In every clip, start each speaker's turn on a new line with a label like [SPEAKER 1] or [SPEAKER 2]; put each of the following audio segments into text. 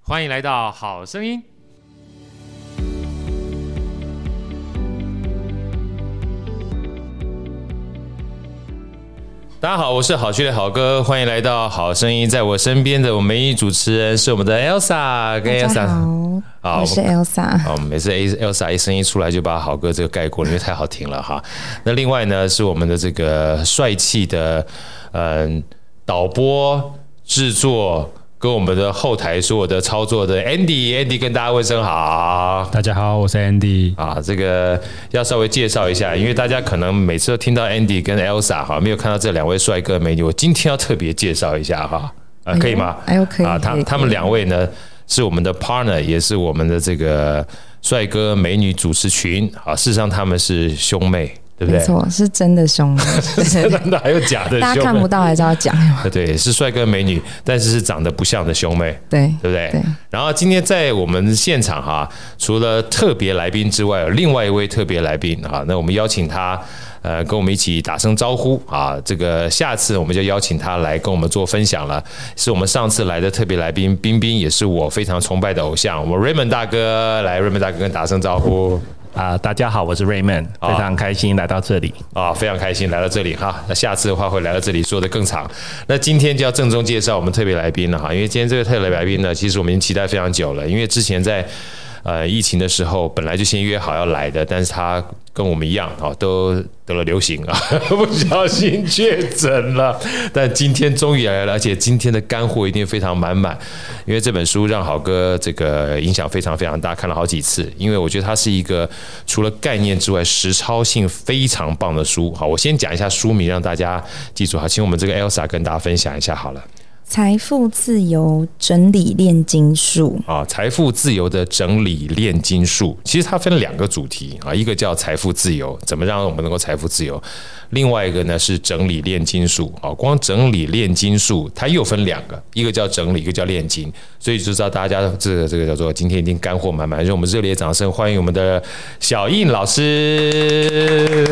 [SPEAKER 1] 欢迎来到《好声音》。大家好，我是好趣的好哥，欢迎来到《好声音》。在我身边的我们一主持人是我们的 Elsa 跟
[SPEAKER 2] 大
[SPEAKER 1] Elsa
[SPEAKER 2] 家好，
[SPEAKER 1] 好
[SPEAKER 2] 我是 Elsa。
[SPEAKER 1] 好，每次 A Elsa 一声音出来就把好歌这个盖过了，因为太好听了哈。那另外呢，是我们的这个帅气的嗯导播制作。跟我们的后台所有的操作的 Andy，Andy 跟大家问声好
[SPEAKER 3] 大家好，我是 Andy。
[SPEAKER 1] 啊！这个要稍微介绍一下，因为大家可能每次都听到 Andy 跟 Elsa 哈，没有看到这两位帅哥美女，我今天要特别介绍一下哈，啊，可以吗？
[SPEAKER 2] 哎呦，可以。
[SPEAKER 1] 啊，他
[SPEAKER 2] 可以
[SPEAKER 1] 他们两位呢是我们的 partner，也是我们的这个帅哥美女主持群啊。事实上他们是兄妹，对不
[SPEAKER 2] 没
[SPEAKER 1] 对？
[SPEAKER 2] 错，是真的凶的，
[SPEAKER 1] 真的还有假的
[SPEAKER 2] 大家看
[SPEAKER 1] 兄
[SPEAKER 2] 不
[SPEAKER 1] 妹？
[SPEAKER 2] 到还是要讲。
[SPEAKER 1] 对，是帅哥美女，但是是长得不像的兄妹，
[SPEAKER 2] 对，
[SPEAKER 1] 对不对？
[SPEAKER 2] 对
[SPEAKER 1] 然后今天在我们现场哈、除了特别来宾之外，有另外一位特别来宾啊，那我们邀请他，呃，跟我们一起打声招呼啊。这个下次我们就邀请他来跟我们做分享了，是我们上次来的特别来宾冰冰，也是我非常崇拜的偶像，我们 Raymond 大哥来，Raymond 大哥跟打声招呼
[SPEAKER 4] 啊、大家好，我是 Raymond，非常开心来到这里。
[SPEAKER 1] 啊，非常开心来到这里哈。那下次的话会来到这里做的更长。那今天就要郑重介绍我们特别来宾了哈，因为今天这个特别来宾呢，其实我们已经期待非常久了，因为之前在。呃，疫情的时候本来就先约好要来的，但是他跟我们一样啊、哦，都得了流行啊， 不小心确 诊了。但今天终于来了，而且今天的干货一定非常满满，因为这本书让好哥这个影响非常非常大，看了好几次。因为我觉得它是一个除了概念之外，实操性非常棒的书。好，我先讲一下书名，让大家记住。好，请我们这个 Elsa 跟大家分享一下好了。
[SPEAKER 2] 财富自由整理炼金术，
[SPEAKER 1] 啊，财富自由的整理炼金术，其实它分两个主题啊，一个叫财富自由，怎么让我们能够财富自由；另外一个呢是整理炼金术啊，光整理炼金术它又分两个，一个叫整理，一个叫炼金，所以就知道大家这个这个叫做今天一定干货满满，让我们热烈掌声欢迎我们的小印老师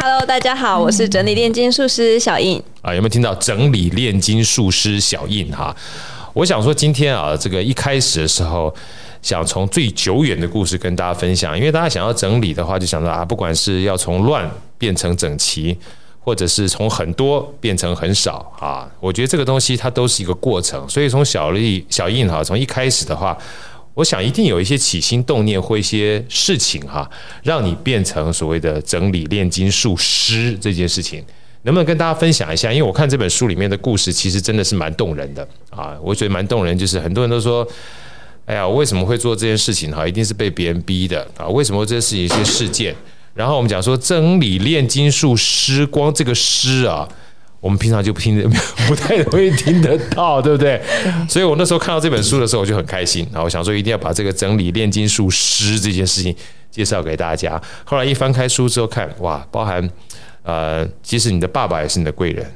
[SPEAKER 5] Hello，大家好，我是整理炼金术师小印。
[SPEAKER 1] 啊，有没有听到整理炼金术师小印哈？我想说，今天啊，这个一开始的时候，想从最久远的故事跟大家分享，因为大家想要整理的话，就想到啊，不管是要从乱变成整齐，或者是从很多变成很少啊，我觉得这个东西它都是一个过程。所以从小力小印哈，从一开始的话，我想一定有一些起心动念或一些事情哈、让你变成所谓的整理炼金术师这件事情。能不能跟大家分享一下？因为我看这本书里面的故事，其实真的是蛮动人的啊！我觉得蛮动人，就是很多人都说，哎呀，我为什么会做这件事情？哈，一定是被别人逼的啊！为什么这件事情一些事件？然后我们讲说整理炼金术师，光这个师啊，我们平常就不听得 不太容易听得到，对不对？所以我那时候看到这本书的时候，我就很开心啊！我想说一定要把这个整理炼金术师这件事情介绍给大家。后来一翻开书之后看，哇，包含。呃，其实你的爸爸也是你的贵人，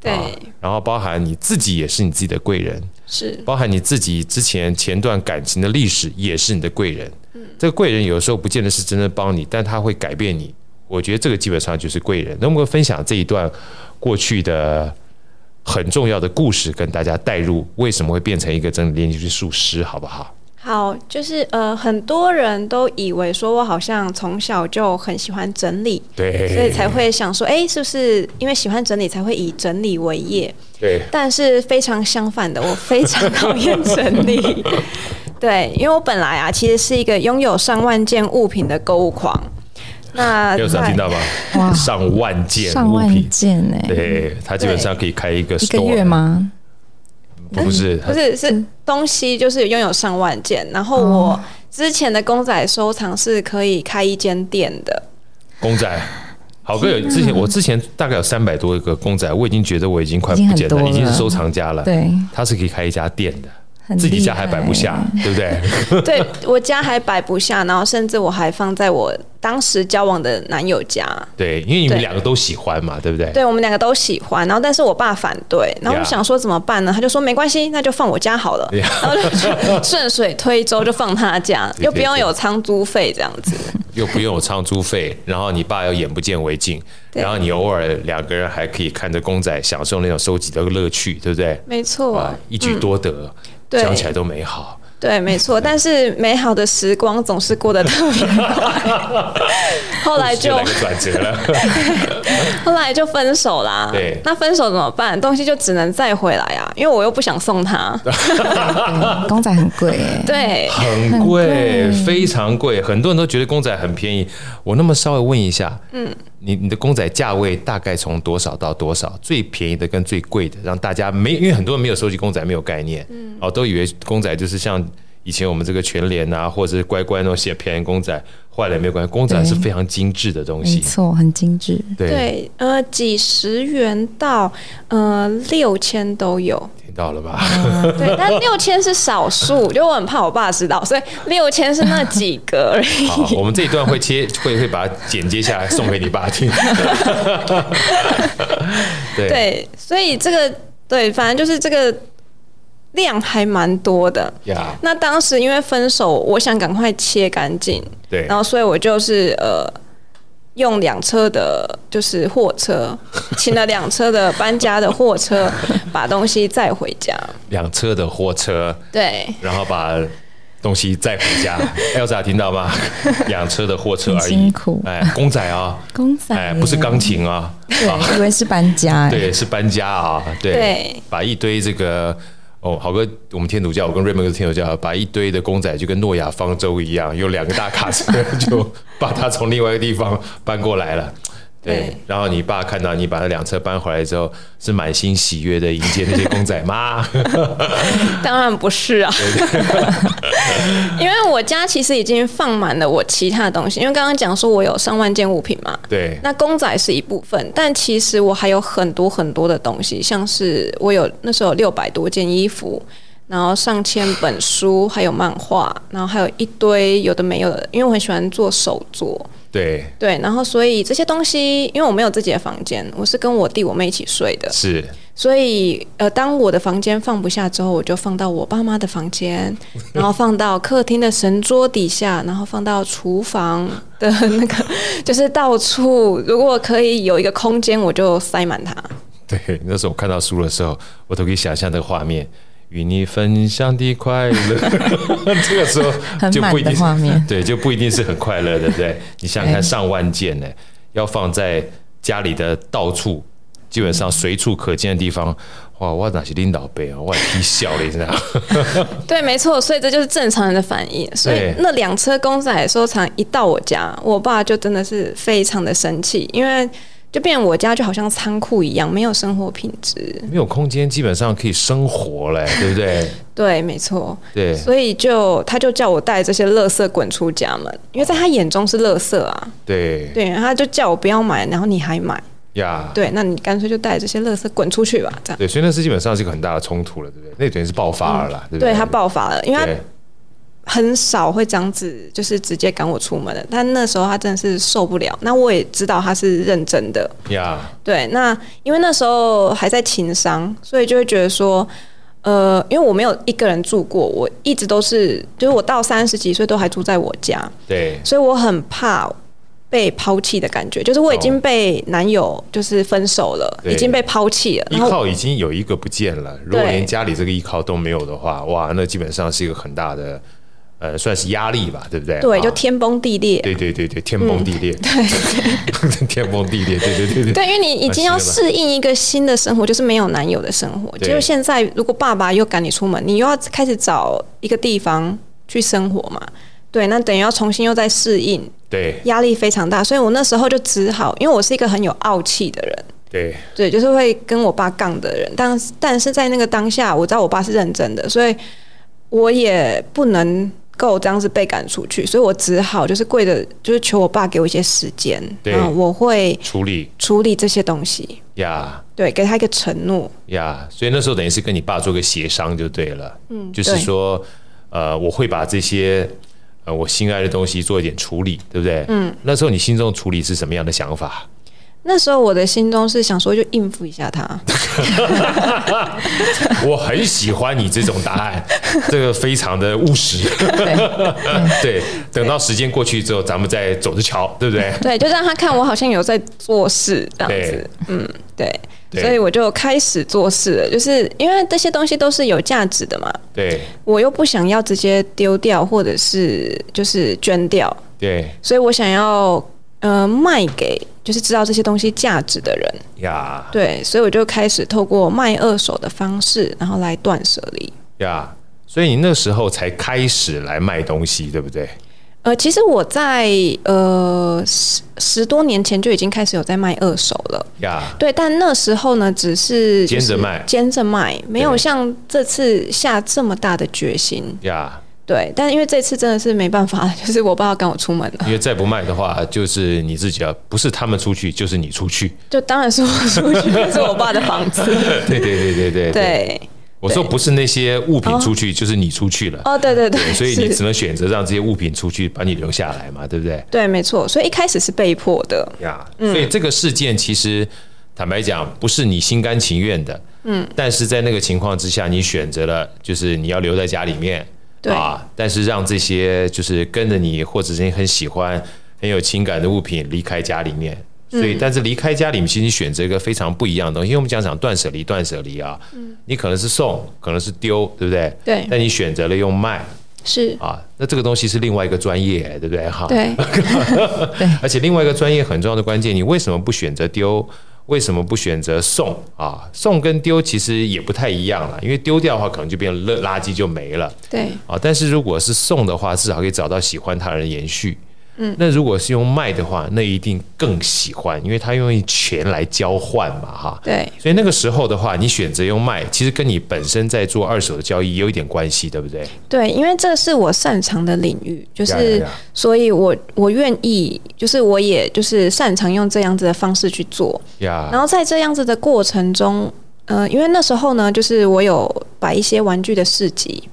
[SPEAKER 5] 对，
[SPEAKER 1] 啊然后包含你自己也是你自己的贵人，
[SPEAKER 5] 是
[SPEAKER 1] 包含你自己之前前段感情的历史也是你的贵人。
[SPEAKER 5] 嗯
[SPEAKER 1] 这个贵人有时候不见得是真的帮你，但他会改变你。我觉得这个基本上就是贵人。能不能分享这一段过去的很重要的故事，跟大家带入为什么会变成一个真的练习术师，好不好？
[SPEAKER 5] 好，就是呃，很多人都以为说我好像从小就很喜欢整理，
[SPEAKER 1] 对，
[SPEAKER 5] 所以才会想说，哎、是不是因为喜欢整理才会以整理为业？
[SPEAKER 1] 对
[SPEAKER 5] 但是非常相反的，我非常讨厌 整理。对，因为我本来啊，其实是一个拥有上万件物品的购物狂。那
[SPEAKER 1] 有
[SPEAKER 5] 在
[SPEAKER 1] 听到吗？
[SPEAKER 2] 哇
[SPEAKER 1] 上万件
[SPEAKER 2] 上
[SPEAKER 1] 物
[SPEAKER 2] 万
[SPEAKER 1] 品，
[SPEAKER 2] 件哎，
[SPEAKER 1] 对他基本上可以开一个
[SPEAKER 2] 一个
[SPEAKER 1] store
[SPEAKER 2] 月吗？
[SPEAKER 1] 不是，
[SPEAKER 5] 不是，是东西就是拥有上万件。然后我之前的公仔收藏是可以开一间店的，
[SPEAKER 1] 公仔。好哥有之前，我之前大概有三百多个公仔，我已经觉得我已经快
[SPEAKER 2] 已经
[SPEAKER 1] 不
[SPEAKER 2] 很
[SPEAKER 1] 简单，
[SPEAKER 2] 多
[SPEAKER 1] 已经是
[SPEAKER 2] 了
[SPEAKER 1] 收藏家了。，
[SPEAKER 2] 对，
[SPEAKER 1] 他是可以开一家店的，
[SPEAKER 2] 很
[SPEAKER 1] 自己家
[SPEAKER 2] 厉
[SPEAKER 1] 还
[SPEAKER 2] 害欸嗯
[SPEAKER 1] 摆不下，对不 对？
[SPEAKER 5] 对我家还摆不下，然后甚至我还放在我当时交往的男友家。
[SPEAKER 1] 对，因为你们
[SPEAKER 5] 对
[SPEAKER 1] 两个都喜欢嘛，对不对？
[SPEAKER 5] 对我们两个都喜欢，然后但是我爸反对，然后我想说怎么办呢？他就说没关系，那就放我家好了
[SPEAKER 1] Yeah
[SPEAKER 5] 然后就顺水推舟就放他家，
[SPEAKER 1] 对
[SPEAKER 5] 又不用有仓租费这样子。
[SPEAKER 1] 又不用有唱租费，然后你爸又眼不见为净，
[SPEAKER 5] 对
[SPEAKER 1] 然后你偶尔两个人还可以看着公仔，享受那种收集的乐趣，对不对？
[SPEAKER 5] 没错
[SPEAKER 2] 嗯
[SPEAKER 1] 哇，，一举多得，
[SPEAKER 5] 对
[SPEAKER 1] 想起来都美好。
[SPEAKER 5] 对，没错。但是美好的时光总是过得特别快，后来就
[SPEAKER 1] 来个转折了。
[SPEAKER 5] 后来就分手啦。
[SPEAKER 1] 对
[SPEAKER 5] 那分手怎么办？东西就只能再回来啊，因为我又不想 送他。
[SPEAKER 2] 公仔很贵哎、
[SPEAKER 5] 对，
[SPEAKER 1] 很贵，非常贵，很多人都觉得公仔很便宜。我那么稍微问一下，嗯，你你的公仔价位大概从多少到多少？最便宜的跟最贵的，让大家没因为很多人没有收集公仔，没有概念，哦，都以为公仔就是像以前我们这个全联啊，或者是乖乖那种写便宜公仔，坏了也没有关系，公仔是非常精致的东
[SPEAKER 2] 没
[SPEAKER 1] 西，
[SPEAKER 2] 错，很精致。
[SPEAKER 1] 对，
[SPEAKER 5] 对，呃，几十元到呃六千都有。
[SPEAKER 1] 听到了 吧？
[SPEAKER 5] 对，但六千是少数，因为我很怕我爸知道，所以六千是那几个而已。
[SPEAKER 1] 好，我们这一段会切，会会把它剪接下来送给你爸 听。对
[SPEAKER 5] 对，所以这个对，反正就是这个量还蛮多的。
[SPEAKER 1] 呀
[SPEAKER 5] 那当时因为分手，我想赶快切干净，
[SPEAKER 1] 对
[SPEAKER 5] 然后所以我就是呃，用两车的，就是货车，请了两车的搬家的货车，把东西载回家。
[SPEAKER 1] 两车的货车，
[SPEAKER 5] 对，
[SPEAKER 1] 然后把东西载回 家。Elsa 听到吗？两车的货车而已，
[SPEAKER 2] 很辛苦
[SPEAKER 1] 哎，公仔啊、
[SPEAKER 2] 公仔、
[SPEAKER 1] 哎，不是钢，琴啊，
[SPEAKER 2] 对，以为是搬家、哎，
[SPEAKER 1] 对，是搬家啊，对，
[SPEAKER 5] 对
[SPEAKER 1] 把一堆这个。哦，好哥，我们天主教，我跟瑞文是天主教，把一堆的公仔就跟诺亚方舟一样，有两个大卡 车就把它从另外一个地方搬过来了。对，
[SPEAKER 5] 对
[SPEAKER 1] 然后你爸看到你把那两车搬回来之后，是满心喜悦的迎接那些公仔 吗？
[SPEAKER 5] 当然不是啊， 因为我家其实已经放满了我其他的东西，因为刚刚讲说我有上万件物品嘛，
[SPEAKER 1] 对，
[SPEAKER 5] 那公仔是一部分，但其实我还有很多很多的东西，像是我有那时候有六百多件衣服，然后上千本书，还有漫画，然后还有一堆有的没有的，因为我很喜欢做手作，
[SPEAKER 1] 对，
[SPEAKER 5] 对，然后所以这些东西，因为我没有自己的房间，我是跟我弟我妹一起睡的，
[SPEAKER 1] 是
[SPEAKER 5] 所以呃，当我的房间放不下之后，我就放到我爸妈的房间，然后放到客厅的神桌底下，然后放到厨房的那个， 就是到处，如果可以有一个空间，我就塞满它。
[SPEAKER 1] 对，那时候我看到书的时候，我都可以想象那个画面，与你分享的快乐。 这个时候
[SPEAKER 2] 很
[SPEAKER 1] 就不一定
[SPEAKER 2] 满的画面
[SPEAKER 1] 是，对，就不一定是很快乐的，对不 对？你想想看，
[SPEAKER 2] 对
[SPEAKER 1] 上万件呢，要放在家里的到处，基本上随处可见的地方。哇，我哪些领导背啊？我也踢笑了，你 知道吗？
[SPEAKER 5] 对，没错，所以这就是正常人的反应。所以
[SPEAKER 1] 对
[SPEAKER 5] 那两车公仔收藏一到我家，我爸就真的是非常的生气，因为就变我家就好像仓库一样，没有生活品质。
[SPEAKER 1] 没有空间，基本上可以生活嘞，对不 对？
[SPEAKER 5] 对，没错。
[SPEAKER 1] 对，
[SPEAKER 5] 所以就他就叫我带这些垃圾滚出家门，因为在他眼中是垃圾啊。
[SPEAKER 1] 对
[SPEAKER 5] 对，他就叫我不要买，然后你还买，
[SPEAKER 1] 嗯呀。
[SPEAKER 5] 对，那你干脆就带这些垃圾滚出去吧，这样。
[SPEAKER 1] 对，所以那是基本上是一个很大的冲突了，对不对？那等于是爆发了啦，对不
[SPEAKER 5] 对
[SPEAKER 1] 对
[SPEAKER 5] 他爆发了，因为
[SPEAKER 1] 对
[SPEAKER 5] 他很少会这样子，就是直接赶我出门的。但那时候他真的是受不了，那我也知道他是认真的。
[SPEAKER 1] 呀，
[SPEAKER 5] 对，那因为那时候还在情商，所以就会觉得说，呃，因为我没有一个人住过，我一直都是，就是我到三十几岁都还住在我家。
[SPEAKER 1] 对
[SPEAKER 5] 所以我很怕被抛弃的感觉，就是我已经被男友就是分手了，
[SPEAKER 1] 哦对
[SPEAKER 5] 已经被抛弃了，
[SPEAKER 1] 依
[SPEAKER 5] 然后
[SPEAKER 1] 靠已经有一个不见了，如果
[SPEAKER 5] 对
[SPEAKER 1] 连家里这个依靠都没有的话，哇，那基本上是一个很大的，呃，算是压力吧，对不对？
[SPEAKER 5] 对
[SPEAKER 1] 啊
[SPEAKER 5] 就天崩地裂。
[SPEAKER 1] 对对对对，天崩地裂，对， 天崩地裂，对对对对，
[SPEAKER 5] 对，因为你已经要适应一个新的生活，就是没有男友的生活。
[SPEAKER 1] 对
[SPEAKER 5] 结果现在，如果爸爸又赶你出门，你又要开始找一个地方去生活嘛？对，那等于要重新又再适应，
[SPEAKER 1] 对
[SPEAKER 5] 压力非常大。所以我那时候就只好，因为我是一个很有傲气的人，
[SPEAKER 1] 对
[SPEAKER 5] 对，就是会跟我爸杠的人，但但是在那个当下，我知道我爸是认真的，所以我也不能够这样子被赶出去，所以我只好就是跪着，就是求我爸给我一些时间，
[SPEAKER 1] 对
[SPEAKER 5] 嗯我会
[SPEAKER 1] 处理
[SPEAKER 5] 处理这些东西，
[SPEAKER 1] 呀
[SPEAKER 5] 对，给他一个承诺，
[SPEAKER 1] 呀，所以那时候等于是跟你爸做个协商就对了，嗯，就是
[SPEAKER 5] 对
[SPEAKER 1] 说，呃，我会把这些。呃，我心爱的东西做一点处理，对不对？嗯，那时候你心中处理是什么样的想法？
[SPEAKER 5] 那时候我的心中是想说，就应付一 下他。
[SPEAKER 1] 我很喜欢你这种答 案，这个非常的务实。对，等到时间过去之后，咱们再走着瞧，对不对？
[SPEAKER 5] 对，就让他看我好像有在做事这样子。嗯，对。
[SPEAKER 1] 对
[SPEAKER 5] 所以我就开始做事了，就是因为这些东西都是有价值的嘛，
[SPEAKER 1] 对
[SPEAKER 5] 我又不想要直接丢掉或者是就是捐掉，
[SPEAKER 1] 对
[SPEAKER 5] 所以我想要呃卖给就是知道这些东西价值的人，
[SPEAKER 1] 呀
[SPEAKER 5] 对，所以我就开始透过卖二手的方式，然后来断舍离。
[SPEAKER 1] 呀，所以你那时候才开始来卖东西，对不对？
[SPEAKER 5] 呃，其实我在呃十十多年前就已经开始有在卖二手了，
[SPEAKER 1] 呀
[SPEAKER 5] 对，但那时候呢，只是就是
[SPEAKER 1] 兼着卖
[SPEAKER 5] 兼着卖，没有
[SPEAKER 1] 对
[SPEAKER 5] 像这次下这么大的决心。
[SPEAKER 1] 呀，
[SPEAKER 5] 对，但因为这次真的是没办法， 就是我爸要赶我出门了，
[SPEAKER 1] 因为再不卖的话，就是你自己啊，不是他们出去，就是你出去。
[SPEAKER 5] 就当然是我出去，是我爸的房子。
[SPEAKER 1] 对对对对 对，哦
[SPEAKER 5] 对，
[SPEAKER 1] 我说不是那些物品出去，就是你出去了。
[SPEAKER 5] 哦，对对对，
[SPEAKER 1] 对，所以你
[SPEAKER 5] 是
[SPEAKER 1] 只能选择让这些物品出去，把你留下来嘛，对不对？
[SPEAKER 5] 对，没错，所以一开始是被迫的，
[SPEAKER 1] 呀、所以这个事件其实坦白讲，不是你心甘情愿的，嗯，但是在那个情况之下，你选择了就是你要留在家里面，
[SPEAKER 5] 对
[SPEAKER 1] 啊，但是让这些就是跟着你或者是你很喜欢、很有情感的物品离开家里面。所
[SPEAKER 5] 嗯
[SPEAKER 1] 以，但是离开家里面，其实你选择一个非常不一样的东西，因为我们讲讲断舍离，断舍离啊，你可能是送，可能是丢，对不对？
[SPEAKER 5] 嗯对
[SPEAKER 1] 但你选择了用卖
[SPEAKER 5] 是
[SPEAKER 1] 啊，那这个东西是另外一个专业，对不对？哈，
[SPEAKER 5] 对，
[SPEAKER 1] 而且另外一个专业很重要的关键，你为什么不选择丢？为什么不选择送啊？送跟丢其实也不太一样了，因为丢掉的话可能就变成垃垃圾就没了
[SPEAKER 5] 对，
[SPEAKER 1] 啊。但是如果是送的话，至少可以找到喜欢它的人延续。嗯，那如果是用卖的话，那一定更喜欢，因为它用钱来交换嘛，哈。
[SPEAKER 5] 对，
[SPEAKER 1] 所以那个时候的话，你选择用卖，其实跟你本身在做二手的交易也有一点关系，对不对？
[SPEAKER 5] 对，因为这是我擅长的领域，就
[SPEAKER 1] 呀
[SPEAKER 5] 是
[SPEAKER 1] 呀呀
[SPEAKER 5] 所以我，我愿意，就是我也就是擅长用这样子的方式去做。
[SPEAKER 1] 呀
[SPEAKER 5] 然后在这样子的过程中，呃，因为那时候呢，就是我有摆一些玩具的市集，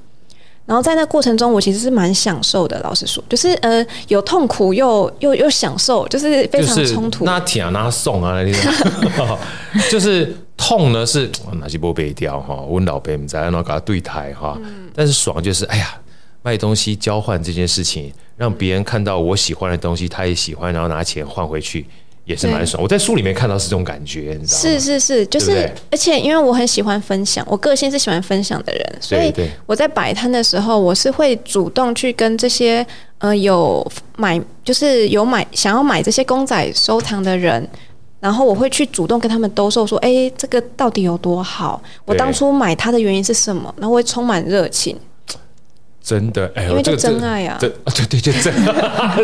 [SPEAKER 5] 然后在那过程中，我其实是蛮享受的。老实说，就是呃，有痛苦又又又享受，就是非常冲突。
[SPEAKER 1] 那舔啊，那送啊，那种 就是痛呢是哪些波被掉哈，我老辈们在那给他对台哈，
[SPEAKER 5] 嗯
[SPEAKER 1] 但是爽就是哎呀，卖东西交换这件事情，让别人看到我喜欢的东西，他也喜欢，然后拿钱换回去。也是蛮爽，我在书里面看到是这种感觉，你知道吗？
[SPEAKER 5] 是是是，就是
[SPEAKER 1] 对不对
[SPEAKER 5] 而且因为我很喜欢分享，我个性是喜欢分享的人，所以
[SPEAKER 1] 对
[SPEAKER 5] 我在摆摊的时候，我是会主动去跟这些呃有买就是有买想要买这些公仔收藏的人。然后我会去主动跟他们兜售，说：“哎，这个到底有多好？我
[SPEAKER 1] 对
[SPEAKER 5] 当初买它的原因是什么？”然后我会充满热情，
[SPEAKER 1] 真的，哎
[SPEAKER 5] 因
[SPEAKER 1] 呦，
[SPEAKER 5] 为
[SPEAKER 1] 这
[SPEAKER 5] 就
[SPEAKER 1] 个
[SPEAKER 5] 真爱啊
[SPEAKER 1] 这 个这对对对，就真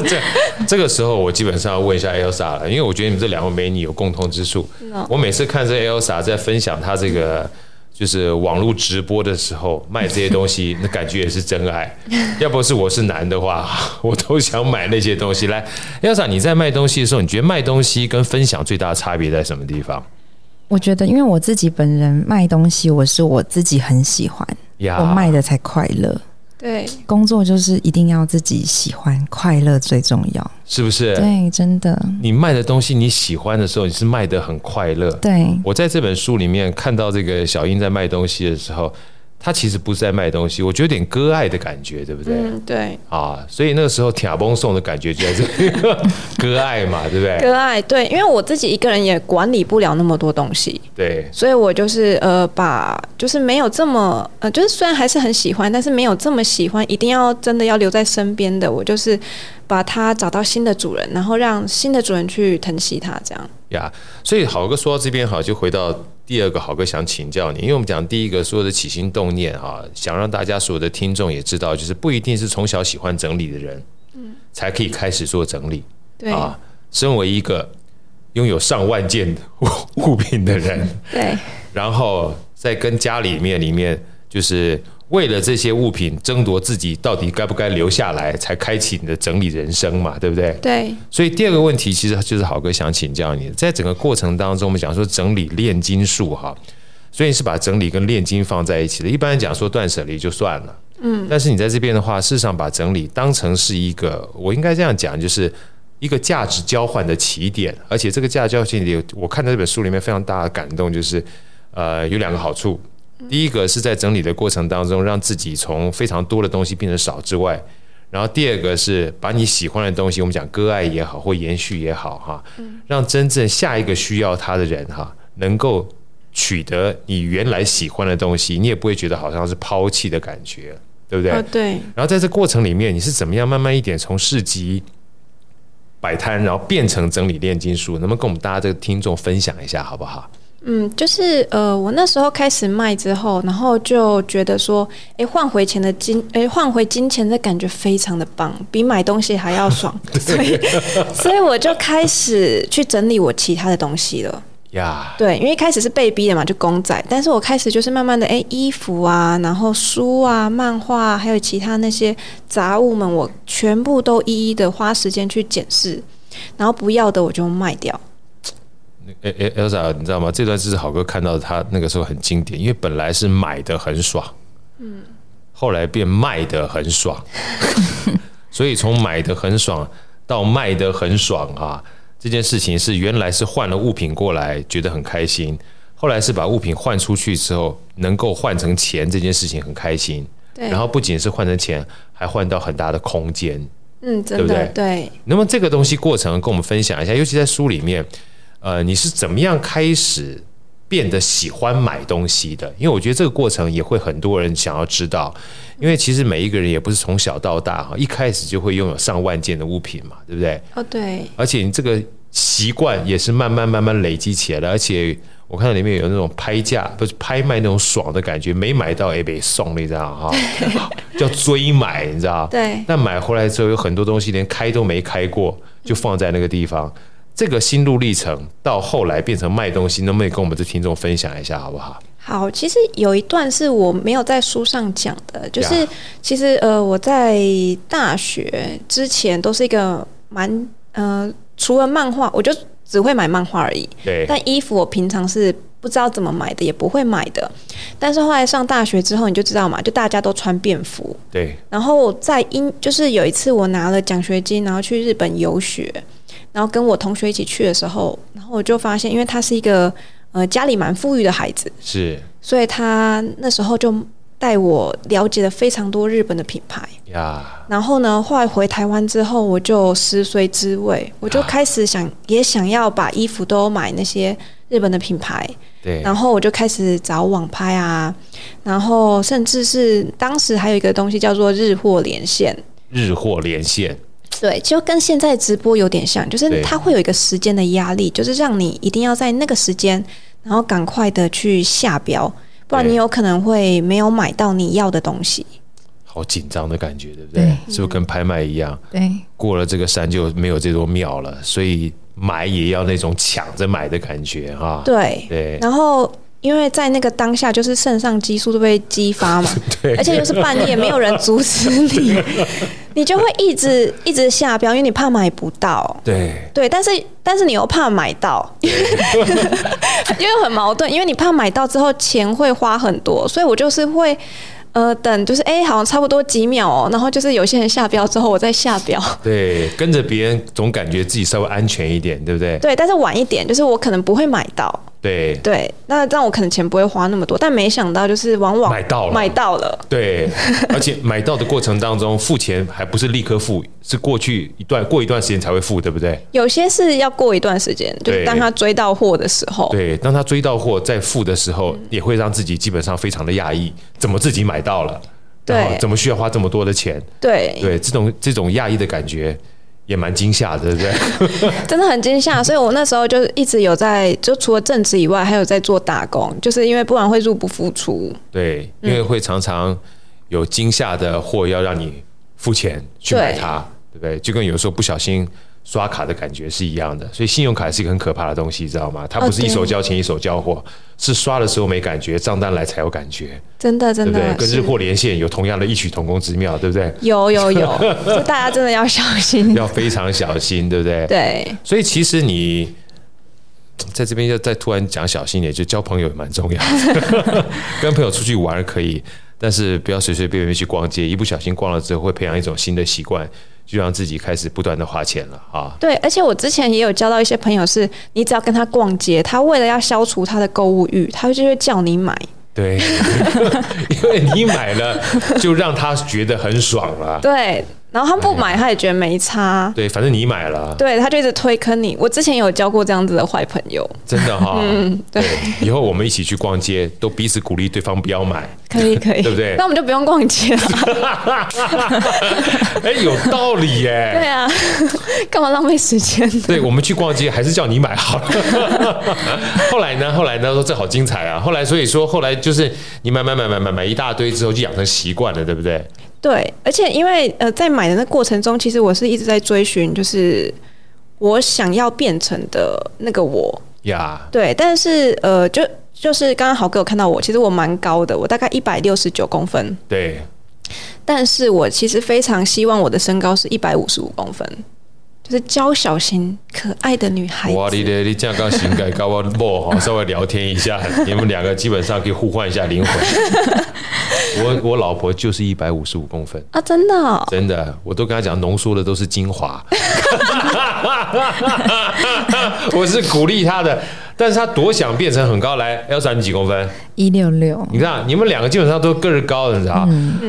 [SPEAKER 1] 这这个时候我基本上要问一下 Elsa 了，因为我觉得你们这两位美女有共通之处。
[SPEAKER 5] 啊
[SPEAKER 1] 我每次看这 Elsa 在分享她这个就是网络直播的时候卖这些东西，那感觉也是真爱。要不是我是男的话，我都想买那些东西。来，Elsa，你在卖东西的时候，你觉得卖东西跟分享最大的差别在什么地方？
[SPEAKER 2] 我觉得，因为我自己本人卖东西，我是我自己很喜欢，
[SPEAKER 1] 呀
[SPEAKER 2] 我卖的才快乐。
[SPEAKER 5] 对，
[SPEAKER 2] 工作就是一定要自己喜欢，快乐最重要。
[SPEAKER 1] 是不是？
[SPEAKER 2] 对，真的，
[SPEAKER 1] 你卖的东西你喜欢的时候，你是卖的很快乐。
[SPEAKER 2] 对
[SPEAKER 1] 我在这本书里面看到这个小英在卖东西的时候，她其实不是在卖东西，我觉得有点割爱的感觉，对不对？
[SPEAKER 5] 嗯，对，
[SPEAKER 1] 啊，所以那个时候铁崩送的感觉就在这里，割爱嘛，对不对？
[SPEAKER 5] 可爱，对，因为我自己一个人也管理不了那么多东西，
[SPEAKER 1] 对
[SPEAKER 5] 所以我就是呃，把就是没有这么呃，就是虽然还是很喜欢，但是没有这么喜欢，一定要真的要留在身边的，我就是把它找到新的主人，然后让新的主人去疼惜它，这样。
[SPEAKER 1] 呀，所以好哥说到这边好，就回到第二个好哥想请教你，因为我们讲第一个所有的起心动念啊，想让大家所有的听众也知道，就是不一定是从小喜欢整理的人，才可以开始做整理。
[SPEAKER 5] 嗯对、
[SPEAKER 1] 啊，身为一个拥有上万件 物物品的人，
[SPEAKER 5] 对
[SPEAKER 1] 然后再跟家里面里面，就是为了这些物品争夺自己到底该不该留下来，才开启你的整理人生嘛，对不对？
[SPEAKER 5] 对
[SPEAKER 1] 所以第二个问题，其实就是好哥想请教你，在整个过程当中，我们讲说整理炼金术哈，所以是把整理跟炼金放在一起的。一般人讲说断舍离就算了，嗯，但是你在这边的话，事实上把整理当成是一个，我应该这样讲，就是一个价值交换的起点，而且这个价值交换起点，我看到这本书里面非常大的感动，就是呃有两个好处。第一个是在整理的过程当中，让自己从非常多的东西变成少之外，然后第二个是把你喜欢的东西，我们讲割爱也好，或延续也好，哈，让真正下一个需要它的人哈，能够取得你原来喜欢的东西，你也不会觉得好像是抛弃的感觉，对不对？
[SPEAKER 5] 哦，对，
[SPEAKER 1] 然后在这过程里面，你是怎么样慢慢一点从市集摆摊，然后变成整理炼金术？能不能跟我们大家这个听众分享一下，好不好？
[SPEAKER 5] 嗯，就是呃，我那时候开始卖之后，然后就觉得说，诶，换回钱的金，诶，换回金钱的感觉非常的棒，比买东西还要 爽，所以，所以我就开始去整理我其他的东西了。
[SPEAKER 1] 呀、
[SPEAKER 5] 对，因为一开始是被逼的嘛，就公仔，但是我开始就是慢慢的，哎，衣服啊，然后书啊、漫画、啊，还有其他那些杂物们，我全部都一一的花时间去检视，然后不要的我就卖掉。
[SPEAKER 1] 哎哎，Elsa，你知道吗？这段是好哥看到他那个时候很经典，因为本来是买的很爽，嗯，后来变卖的很爽，所以从买的很爽到卖的很爽啊，这件事情是原来是换了物品过来觉得很开心，后来是把物品换出去之后能够换成钱这件事情很开心，
[SPEAKER 5] 对，
[SPEAKER 1] 然后不仅是换成钱，还换到很大的空间。
[SPEAKER 5] 嗯，真
[SPEAKER 1] 对
[SPEAKER 5] 的
[SPEAKER 1] 不对
[SPEAKER 5] 对
[SPEAKER 1] 那么这个东西过程跟我们分享一下，尤其在书里面，呃，你是怎么样开始变得喜欢买东西的？因为我觉得这个过程也会很多人想要知道，因为其实每一个人也不是从小到大哈，一开始就会拥有上万件的物品嘛，对不对？
[SPEAKER 5] 哦对，
[SPEAKER 1] 而且你这个习惯也是慢慢慢慢累积起来的，而且我看到里面有那种拍价，不是拍卖那种爽的感觉，没买到也被送了，你知道哈，叫追买，你知道？
[SPEAKER 5] 对
[SPEAKER 1] 但买回来之后，有很多东西连开都没开过，就放在那个地方。这个心路历程到后来变成卖东西，能不能跟我们的听众分享一下，好不好？
[SPEAKER 5] 好，其实有一段是我没有在书上讲的，就是
[SPEAKER 1] 呀
[SPEAKER 5] 其实呃，我在大学之前都是一个蛮呃，除了漫画，我就只会买漫画而已。
[SPEAKER 1] 对，
[SPEAKER 5] 但衣服我平常是不知道怎么买的，也不会买的。但是后来上大学之后，你就知道嘛，就大家都穿便服。
[SPEAKER 1] 对，
[SPEAKER 5] 然后在英，就是有一次我拿了奖学金，然后去日本游学，然后跟我同学一起去的时候，然后我就发现，因为他是一个呃家里蛮富裕的孩子，
[SPEAKER 1] 是
[SPEAKER 5] 所以他那时候就带我了解了非常多日本的品牌。
[SPEAKER 1] 呀，
[SPEAKER 5] 然后呢，后来回台湾之后，我就食髓知味，我就开始想，也想要把衣服都买那些日本的品牌，
[SPEAKER 1] 对，
[SPEAKER 5] 然后我就开始找网拍啊，然后甚至是当时还有一个东西叫做日货连线，
[SPEAKER 1] 日货连线，
[SPEAKER 5] 对，就跟现在直播有点像，就是
[SPEAKER 1] 对
[SPEAKER 5] 它会有一个时间的压力，就是让你一定要在那个时间，然后赶快的去下标，不然
[SPEAKER 1] 对
[SPEAKER 5] 你有可能会没有买到你要的东西。
[SPEAKER 1] 好紧张的感觉，对不对？
[SPEAKER 2] 对
[SPEAKER 1] 是不是跟拍卖一样？
[SPEAKER 2] 对，
[SPEAKER 1] 过了这个山就没有这座庙了，所以买也要那种抢着买的感觉哈。
[SPEAKER 5] 对，
[SPEAKER 1] 对嗯
[SPEAKER 5] 然后因为在那个当下，就是肾上激素都被激发嘛，而且又是半夜，没有人阻止你，你就会一直一直下标，因为你怕买不到。
[SPEAKER 1] 对
[SPEAKER 5] 对，但是但是你又怕买到，因为很矛 盾，因为你怕买到之后钱会花很多，所以我就是会。呃，等就是哎、好像差不多几秒哦，然后就是有些人下标之后，我再下标，
[SPEAKER 1] 对，跟着别人总感觉自己稍微安全一点，对不对？
[SPEAKER 5] 对，但是晚一点，就是我可能不会买到，
[SPEAKER 1] 对
[SPEAKER 5] 对，那让我可能钱不会花那么多，但没想到就是往往
[SPEAKER 1] 买到了
[SPEAKER 5] 买到了，
[SPEAKER 1] 对，而且买到的过程当中，付钱还不是立刻付，是过去一段过一段时间才会付，对不对？
[SPEAKER 5] 有些是要过一段时间，就是
[SPEAKER 1] 对
[SPEAKER 5] 当他追到货的时候，
[SPEAKER 1] 对，当他追到货再付的时候，也会让自己基本上非常的讶异，怎么自己买到了，然后
[SPEAKER 5] 对哎
[SPEAKER 1] 怎么需要花这么多的钱？
[SPEAKER 5] 对，
[SPEAKER 1] 对，这种这种讶异的感觉也蛮惊吓的，对不对？嗯
[SPEAKER 5] 真的很惊吓。所以我那时候就一直有在，就除了正职以外，还有在做打工，就是因为不然会入不敷出。
[SPEAKER 1] 对，因为会常常有惊吓的货要让你付钱去买它，对不对？就跟有时候不小心刷卡的感觉是一样的。所以信用卡是一个很可怕的东西，知道吗？它不是
[SPEAKER 5] 哦
[SPEAKER 1] 一
[SPEAKER 5] 对
[SPEAKER 1] 手交钱一手交货，是刷的时候没感觉，账单来才有感觉，
[SPEAKER 5] 真
[SPEAKER 1] 对
[SPEAKER 5] 的，真
[SPEAKER 1] 不对
[SPEAKER 5] 的？
[SPEAKER 1] 跟
[SPEAKER 5] 是
[SPEAKER 1] 日货连线有同样的异曲同工之妙，对不对？
[SPEAKER 5] 有有有，就大家真的要小 心。
[SPEAKER 1] 要非常小心，对不对？
[SPEAKER 5] 对，
[SPEAKER 1] 所以其实你在这边要再突然讲小心一点，就交朋友也蛮重要的。 跟朋友出去玩可以，但是不要随随便便去逛街，一不小心逛了之后会培养一种新的习惯，就让自己开始不断的花钱了啊。
[SPEAKER 5] 对，而且我之前也有交到一些朋友是，你只要跟他逛街，他为了要消除他的购物欲，他就会叫你买。
[SPEAKER 1] 对， 因为你买了，就让他觉得很爽了。
[SPEAKER 5] 对，然后他不
[SPEAKER 1] 嗯
[SPEAKER 5] 买，他也觉得没差。
[SPEAKER 1] 对，反正你买了，
[SPEAKER 5] 对，他就一直推坑你。我之前有交过这样子的坏朋友，
[SPEAKER 1] 真的哈、
[SPEAKER 5] 嗯，对，
[SPEAKER 1] 以后我们一起去逛街，都彼此鼓励对方不要买。
[SPEAKER 5] 可 以可以，
[SPEAKER 1] 对不对
[SPEAKER 5] 那我们就不用逛街了。
[SPEAKER 1] 哎，有道理耶。
[SPEAKER 5] 对啊， 干嘛浪费时间？
[SPEAKER 1] 对，我们去逛街还是叫你买好了。 后来呢？后来呢？说这好精彩啊！后来所以说，后来就是你买买买买买买一大堆之后，就养成习惯了，对不对？
[SPEAKER 5] 对，而且因为呃，在买的那过程中，其实我是一直在追寻，就是我想要变成的那个我。
[SPEAKER 1] 呀、
[SPEAKER 5] 对，但是呃，就就是刚刚豪哥有看到我，其实我蛮高的，我大概一百六十九公分，
[SPEAKER 1] 对，
[SPEAKER 5] 但是我其实非常希望我的身高是一百五十五公分，就是娇小型可爱的女孩
[SPEAKER 1] 哇，你
[SPEAKER 5] 子。
[SPEAKER 1] 的你这样刚行改高我莫哈，稍微聊天一下，你们两个基本上可以互换一下灵魂。 我我老婆就是一百五十五公分，
[SPEAKER 5] 啊，真的哦、
[SPEAKER 1] 真的，我都跟她讲，浓缩的都是精华。 我是鼓励她的，但是她多想变成很高。来，Elsa 你几公分？
[SPEAKER 2] 一六六，
[SPEAKER 1] 你看，啊你们两个基本上都个儿高的，你知道，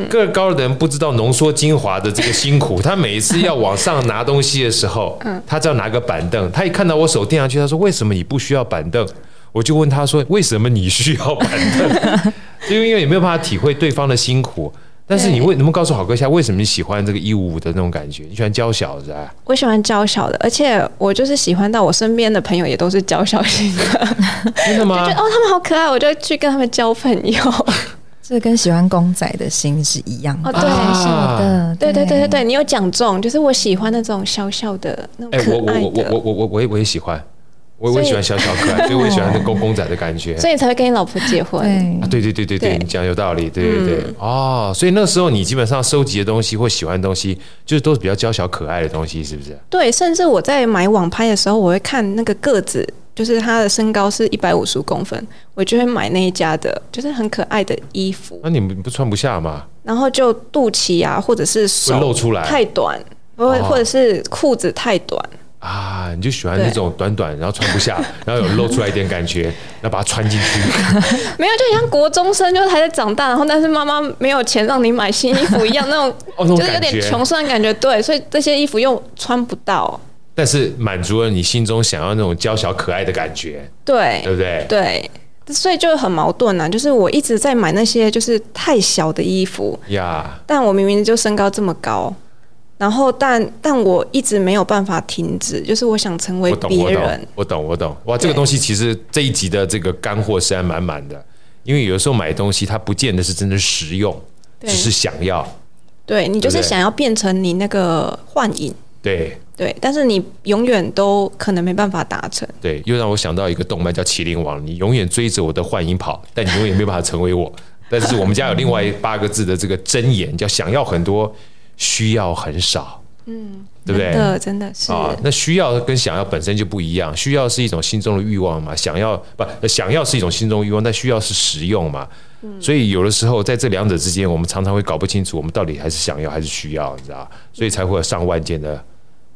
[SPEAKER 1] 个儿高的人不知道浓缩精华的这个辛苦。 他每一次要往上拿东西的时候，
[SPEAKER 5] 嗯
[SPEAKER 1] 他只要拿个板凳，他一看到我手垫上去，他说：“为什么你不需要板凳？”我就问他说：“为什么你需要板凳？” 因为因为你没有办法体会对方的辛苦。但是你为能不能告诉好哥一下，为什么你喜欢这个一五五的那种感觉？你喜欢娇小啊是吧？
[SPEAKER 5] 我喜欢娇小的，而且我就是喜欢到我身边的朋友也都是娇小 型的，
[SPEAKER 1] 真的吗
[SPEAKER 5] 就？哦，他们好可爱，我就去跟他们交朋友。
[SPEAKER 2] 这跟喜欢公仔的心是一样的。
[SPEAKER 5] 哦对
[SPEAKER 1] 啊
[SPEAKER 2] 小小的，
[SPEAKER 5] 对对对对对，你有讲中，就是我喜欢那种小小的那种
[SPEAKER 1] 哎、
[SPEAKER 5] 可
[SPEAKER 1] 我我
[SPEAKER 5] 爱
[SPEAKER 1] 我我
[SPEAKER 5] 的，
[SPEAKER 1] 我我我也我也喜欢，我我也喜欢小小可 爱，所以我也喜欢那公公仔的感觉。
[SPEAKER 5] 所以才会跟你老婆结婚。
[SPEAKER 2] 对
[SPEAKER 1] 啊，对对对对对，
[SPEAKER 5] 对嗯
[SPEAKER 1] 你讲有道理，对对对，哦，所以那时候你基本上收集的东西或喜欢的东西，就是都是比较娇小可爱的东西，是不是？
[SPEAKER 5] 对，甚至我在买网拍的时候，我会看那个个子，就是他的身高是一百五十公分，我就会买那一家的，就是很可爱的衣服，
[SPEAKER 1] 那、你们不穿不下嘛？
[SPEAKER 5] 然后就肚脐啊，或者是手
[SPEAKER 1] 会露出来
[SPEAKER 5] 太短，或
[SPEAKER 1] 哦
[SPEAKER 5] 或者是裤子太短，
[SPEAKER 1] 啊，你就喜欢
[SPEAKER 5] 对
[SPEAKER 1] 那种短短，然后穿不 下，然后有露出来一点感觉，那把它穿进去。
[SPEAKER 5] 没有，就像国中生，就是还在长大，然后但是妈妈没有钱让你买新衣服一样，那种
[SPEAKER 1] 哦那种
[SPEAKER 5] 就是有点
[SPEAKER 1] 感觉
[SPEAKER 5] 穷酸的感觉。对，所以这些衣服又穿不到。
[SPEAKER 1] 但是满足了你心中想要那种娇小可爱的感觉，
[SPEAKER 5] 对
[SPEAKER 1] 对不对？
[SPEAKER 5] 对，所以就很矛盾呐、就是我一直在买那些就是太小的衣服，
[SPEAKER 1] 呀，
[SPEAKER 5] 但我明明就身高这么高，然后但但我一直没有办法停止，就是我想成为
[SPEAKER 1] 我懂，
[SPEAKER 5] 别
[SPEAKER 1] 我
[SPEAKER 5] 人
[SPEAKER 1] 懂，。我懂，我懂。哇，这个东西其实这一集的这个干货实在满满的，因为有时候买东西它不见得是真的实用，只
[SPEAKER 5] 对
[SPEAKER 1] 是想要。
[SPEAKER 5] 对你就
[SPEAKER 1] 对
[SPEAKER 5] 是
[SPEAKER 1] 不对
[SPEAKER 5] 想要变成你那个幻影，
[SPEAKER 1] 对，
[SPEAKER 5] 对，但是你永远都可能没办法达成。
[SPEAKER 1] 对，又让我想到一个动漫叫《麒麟王》，你永远追着我的幻影跑，但你永远没有办法成为我。 但是我们家有另外八个字的这个箴言，叫“想要很多，需要很少”，嗯，对不对？
[SPEAKER 5] 真的真的是，
[SPEAKER 1] 啊，那需要跟想要本身就不一样，需要是一种心中的欲望嘛，想要不呃想要是一种心中欲望，但需要是实用嘛。
[SPEAKER 5] 嗯
[SPEAKER 1] 所以有的时候在这两者之间，我们常常会搞不清楚，我们到底还是想要还是需要，你知道？所以才会有上万件的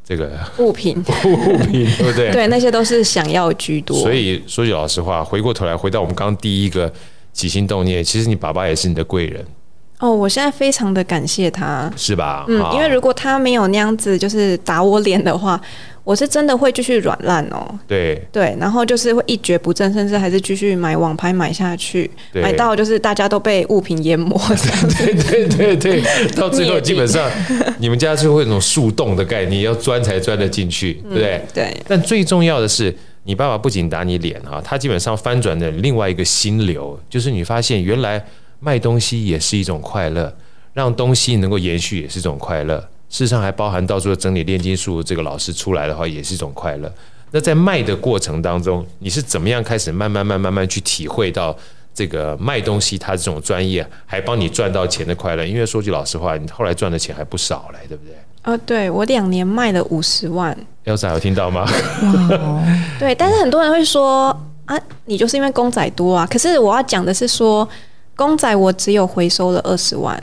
[SPEAKER 1] 这个
[SPEAKER 5] 物品，
[SPEAKER 1] 物品，对不对？
[SPEAKER 5] 对，那些都是想要居多。
[SPEAKER 1] 所以说句老实话，回过头来回到我们刚刚第一个起心动念，其实你爸爸也是你的贵人，
[SPEAKER 5] 哦，我现在非常的感谢他，
[SPEAKER 1] 是吧？
[SPEAKER 5] 嗯
[SPEAKER 1] 啊，
[SPEAKER 5] 因为如果他没有那样子就是打我脸的话，我是真的会继续软烂哦。
[SPEAKER 1] 对
[SPEAKER 5] 对，然后就是会一蹶不振，甚至还是继续买网拍买下去，
[SPEAKER 1] 对
[SPEAKER 5] 买到就是大家都被物品淹没。
[SPEAKER 1] 对对对对，到最后
[SPEAKER 5] 灭顶
[SPEAKER 1] 基本上你们家是会有那种树洞的概念，要钻才钻得进去，对不对？
[SPEAKER 5] 对
[SPEAKER 1] 但最重要的是，你爸爸不仅打你脸哈，他基本上翻转了另外一个心流，就是你发现原来卖东西也是一种快乐，让东西能够延续也是一种快乐。事实上还包含到说整理炼金术这个老师出来的话，也是一种快乐。那在卖的过程当中，你是怎么样开始慢慢、慢慢、慢慢去体会到这个卖东西它这种专业，还帮你赚到钱的快乐？因为说句老实话，你后来赚的钱还不少嘞，对不对
[SPEAKER 5] 哦，对我两年卖了五十万，
[SPEAKER 1] ？Elsa 有听到吗？
[SPEAKER 2] 哦
[SPEAKER 5] 对，但是很多人会说啊，你就是因为公仔多啊。可是我要讲的是说，公仔我只有回收了二十万，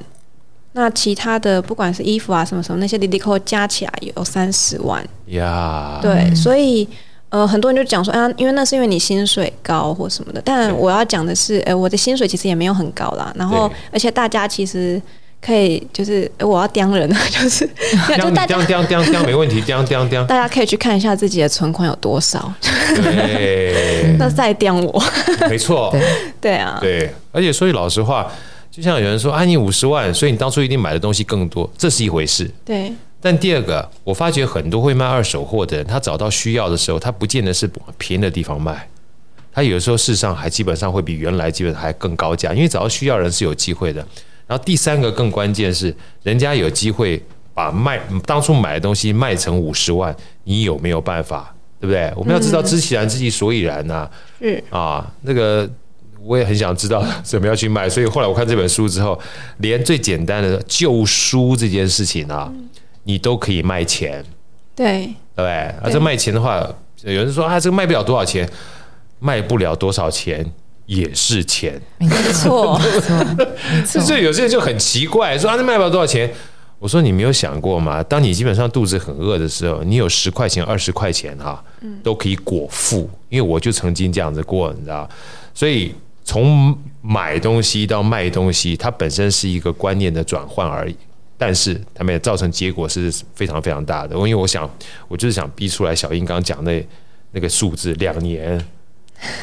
[SPEAKER 5] 那其他的不管是衣服啊什么什么那些 l i l i c o 加起来有三十万。
[SPEAKER 1] 呀、
[SPEAKER 5] 对，所以呃，很多人就讲说啊，因为那是因为你薪水高或什么的。但我要讲的是，呃，我的薪水其实也没有很高啦。然后
[SPEAKER 1] 对，
[SPEAKER 5] 而且大家其实可以就是呃我要刁人了， 就是没有就
[SPEAKER 1] 当
[SPEAKER 5] 大家
[SPEAKER 1] 当当当当没问题，当当当，
[SPEAKER 5] 大家可以去看一下自己的存款有多少，
[SPEAKER 1] 对，
[SPEAKER 5] 那再刁我。
[SPEAKER 1] 没错，
[SPEAKER 5] 对啊，
[SPEAKER 1] 对，而且说句老实话，就像有人说，啊，你五十万，所以你当初一定买的东西更多，这是一回事。
[SPEAKER 5] 对
[SPEAKER 1] 但第二个，我发觉很多会卖二手货的人，他找到需要的时候，他不见得是往便宜的地方卖，他有的时候事实上还基本上会比原来基本还更高价，因为找到需要的人是有机会的。然后第三个更关键是，人家有机会把卖当初买的东西卖成五十万，你有没有办法？对不对？我们要知道知其然，知其所以然呐、
[SPEAKER 5] 是
[SPEAKER 1] 啊，那个我也很想知道怎么样去卖，所以后来我看这本书之后，连最简单的旧书这件事情啊，你都可以卖钱，
[SPEAKER 5] 对
[SPEAKER 1] 对不对？啊，
[SPEAKER 5] 对
[SPEAKER 1] 这卖钱的话，有人说啊，这个卖不了多少钱，卖不了多少钱。也是钱，
[SPEAKER 2] 没
[SPEAKER 5] 没
[SPEAKER 2] 错，
[SPEAKER 5] 错，
[SPEAKER 2] 没
[SPEAKER 1] 这
[SPEAKER 2] 错，
[SPEAKER 1] 就有些人就很奇怪，说啊，这卖不了多少钱。我说你没有想过吗？当你基本上肚子很饿的时候，你有十块钱、二十块钱哈、都可以果腹。因为我就曾经这样子过，你知道，所以从买东西到卖东西，它本身是一个观念的转换而已。但是他们也造成结果是非常非常大的。因为我想，我就是想逼出来小英刚讲那那个数字，两年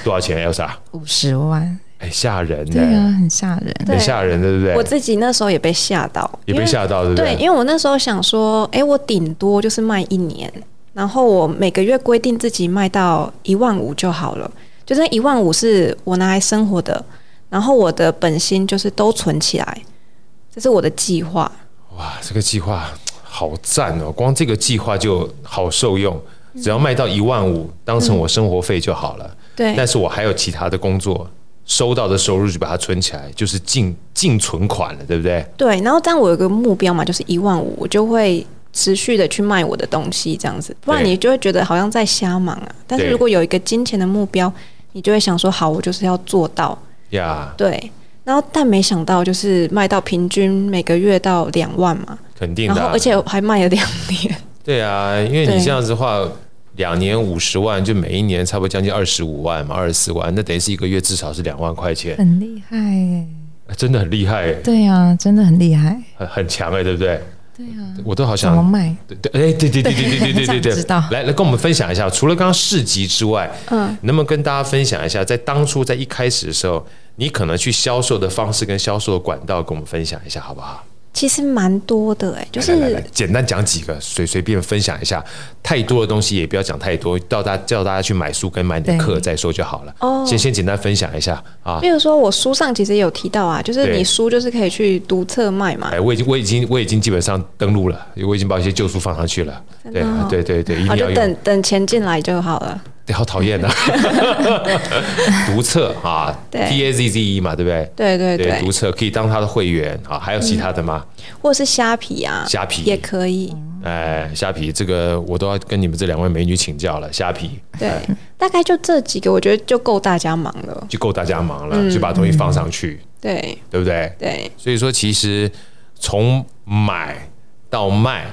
[SPEAKER 1] 多少钱？Elsa，
[SPEAKER 2] 五十万，
[SPEAKER 1] 哎，吓人的、
[SPEAKER 2] 对啊，很吓人。
[SPEAKER 1] 很吓人的，对不对？
[SPEAKER 5] 我自己那时候也被吓到，
[SPEAKER 1] 也
[SPEAKER 5] 因
[SPEAKER 1] 被
[SPEAKER 5] 为
[SPEAKER 1] 吓到，对不
[SPEAKER 5] 对，因为我那时候想说，哎、我顶多就是卖一年，然后我每个月规定自己卖到一万五就好了，就那一万五是我拿来生活的，然后我的本薪就是都存起来，这是我的计划。
[SPEAKER 1] 哇，这个计划好赞哦！光这个计划就好受用，只要卖到一万五，当成我生活费就好了。
[SPEAKER 5] 对
[SPEAKER 1] 但是我还有其他的工作，收到的收入就把它存起来，就是净净存款了，对不对？
[SPEAKER 5] 对，然后这样我有个目标嘛，就是一万五，我就会持续的去卖我的东西，这样子，不然
[SPEAKER 1] 对
[SPEAKER 5] 你就会觉得好像在瞎忙啊。但是
[SPEAKER 1] 对
[SPEAKER 5] 如果有一个金钱的目标，你就会想说，好，我就是要做到。
[SPEAKER 1] 呀、
[SPEAKER 5] 对，然后但没想到就是卖到平均每个月到两万嘛，
[SPEAKER 1] 肯定
[SPEAKER 5] 然
[SPEAKER 1] 的
[SPEAKER 5] 后
[SPEAKER 1] 啊、
[SPEAKER 5] 而且我还卖了两年，
[SPEAKER 1] 对啊，因为你
[SPEAKER 5] 对
[SPEAKER 1] 这样子的话，两年五十万，就每一年差不多将近二十五万嘛，二十四万，那等于是一个月至少是两万块钱，哎
[SPEAKER 2] 很厉害耶、
[SPEAKER 1] 真的很厉害，
[SPEAKER 2] 对啊，真的很厉害。
[SPEAKER 1] 很很强哎，对不对？
[SPEAKER 2] 对啊，
[SPEAKER 1] 我都好
[SPEAKER 2] 怎么
[SPEAKER 1] 想
[SPEAKER 2] 卖？
[SPEAKER 1] 对对，哎，对对对对对对对对对，
[SPEAKER 2] 很想知道
[SPEAKER 1] 来来跟我们分享一下，除了刚刚市集之外，
[SPEAKER 5] 嗯，
[SPEAKER 1] 能不能跟大家分享一下，在当初在一开始的时候，你可能去销售的方式跟销售的管道，跟我们分享一下，好不好？
[SPEAKER 5] 其实蛮多的哎、就
[SPEAKER 1] 来来来
[SPEAKER 5] 是
[SPEAKER 1] 来，简单讲几个，随随便分享一下，太多的东西也不要讲太多，叫大叫大家去买书跟买你的
[SPEAKER 2] 对
[SPEAKER 1] 课再说就好了。
[SPEAKER 5] 哦
[SPEAKER 1] 先先简单分享一下啊
[SPEAKER 5] 比。如说我书上其实也有提到啊，就是
[SPEAKER 1] 对
[SPEAKER 5] 你书就是可以去读册卖嘛，
[SPEAKER 1] 哎，我已经我已经我已经基本上登录了，我已经把一些旧书放上去了。对、
[SPEAKER 5] 的哦
[SPEAKER 1] 对对对，一定
[SPEAKER 5] 啊，
[SPEAKER 1] 要
[SPEAKER 5] 就
[SPEAKER 1] 用。
[SPEAKER 5] 等等钱进来就好了。
[SPEAKER 1] 对，好讨 厌啊！读册啊
[SPEAKER 5] 对
[SPEAKER 1] ，T A Z Z E 嘛，对不对？
[SPEAKER 5] 对对对，
[SPEAKER 1] 读册可以当他的会员啊，还有其他的吗？
[SPEAKER 5] 或是虾皮啊，
[SPEAKER 1] 虾皮
[SPEAKER 5] 也可以。
[SPEAKER 1] 哎，虾皮这个我都要跟你们这两位美女请教了，虾皮
[SPEAKER 5] 对，大概就这几个，我觉得就够大家忙了。
[SPEAKER 1] 就够大家忙
[SPEAKER 5] 嗯
[SPEAKER 1] 了，就把东西放上去，
[SPEAKER 5] 对
[SPEAKER 1] 对不对？
[SPEAKER 5] 对
[SPEAKER 1] 所以说，其实从买到卖，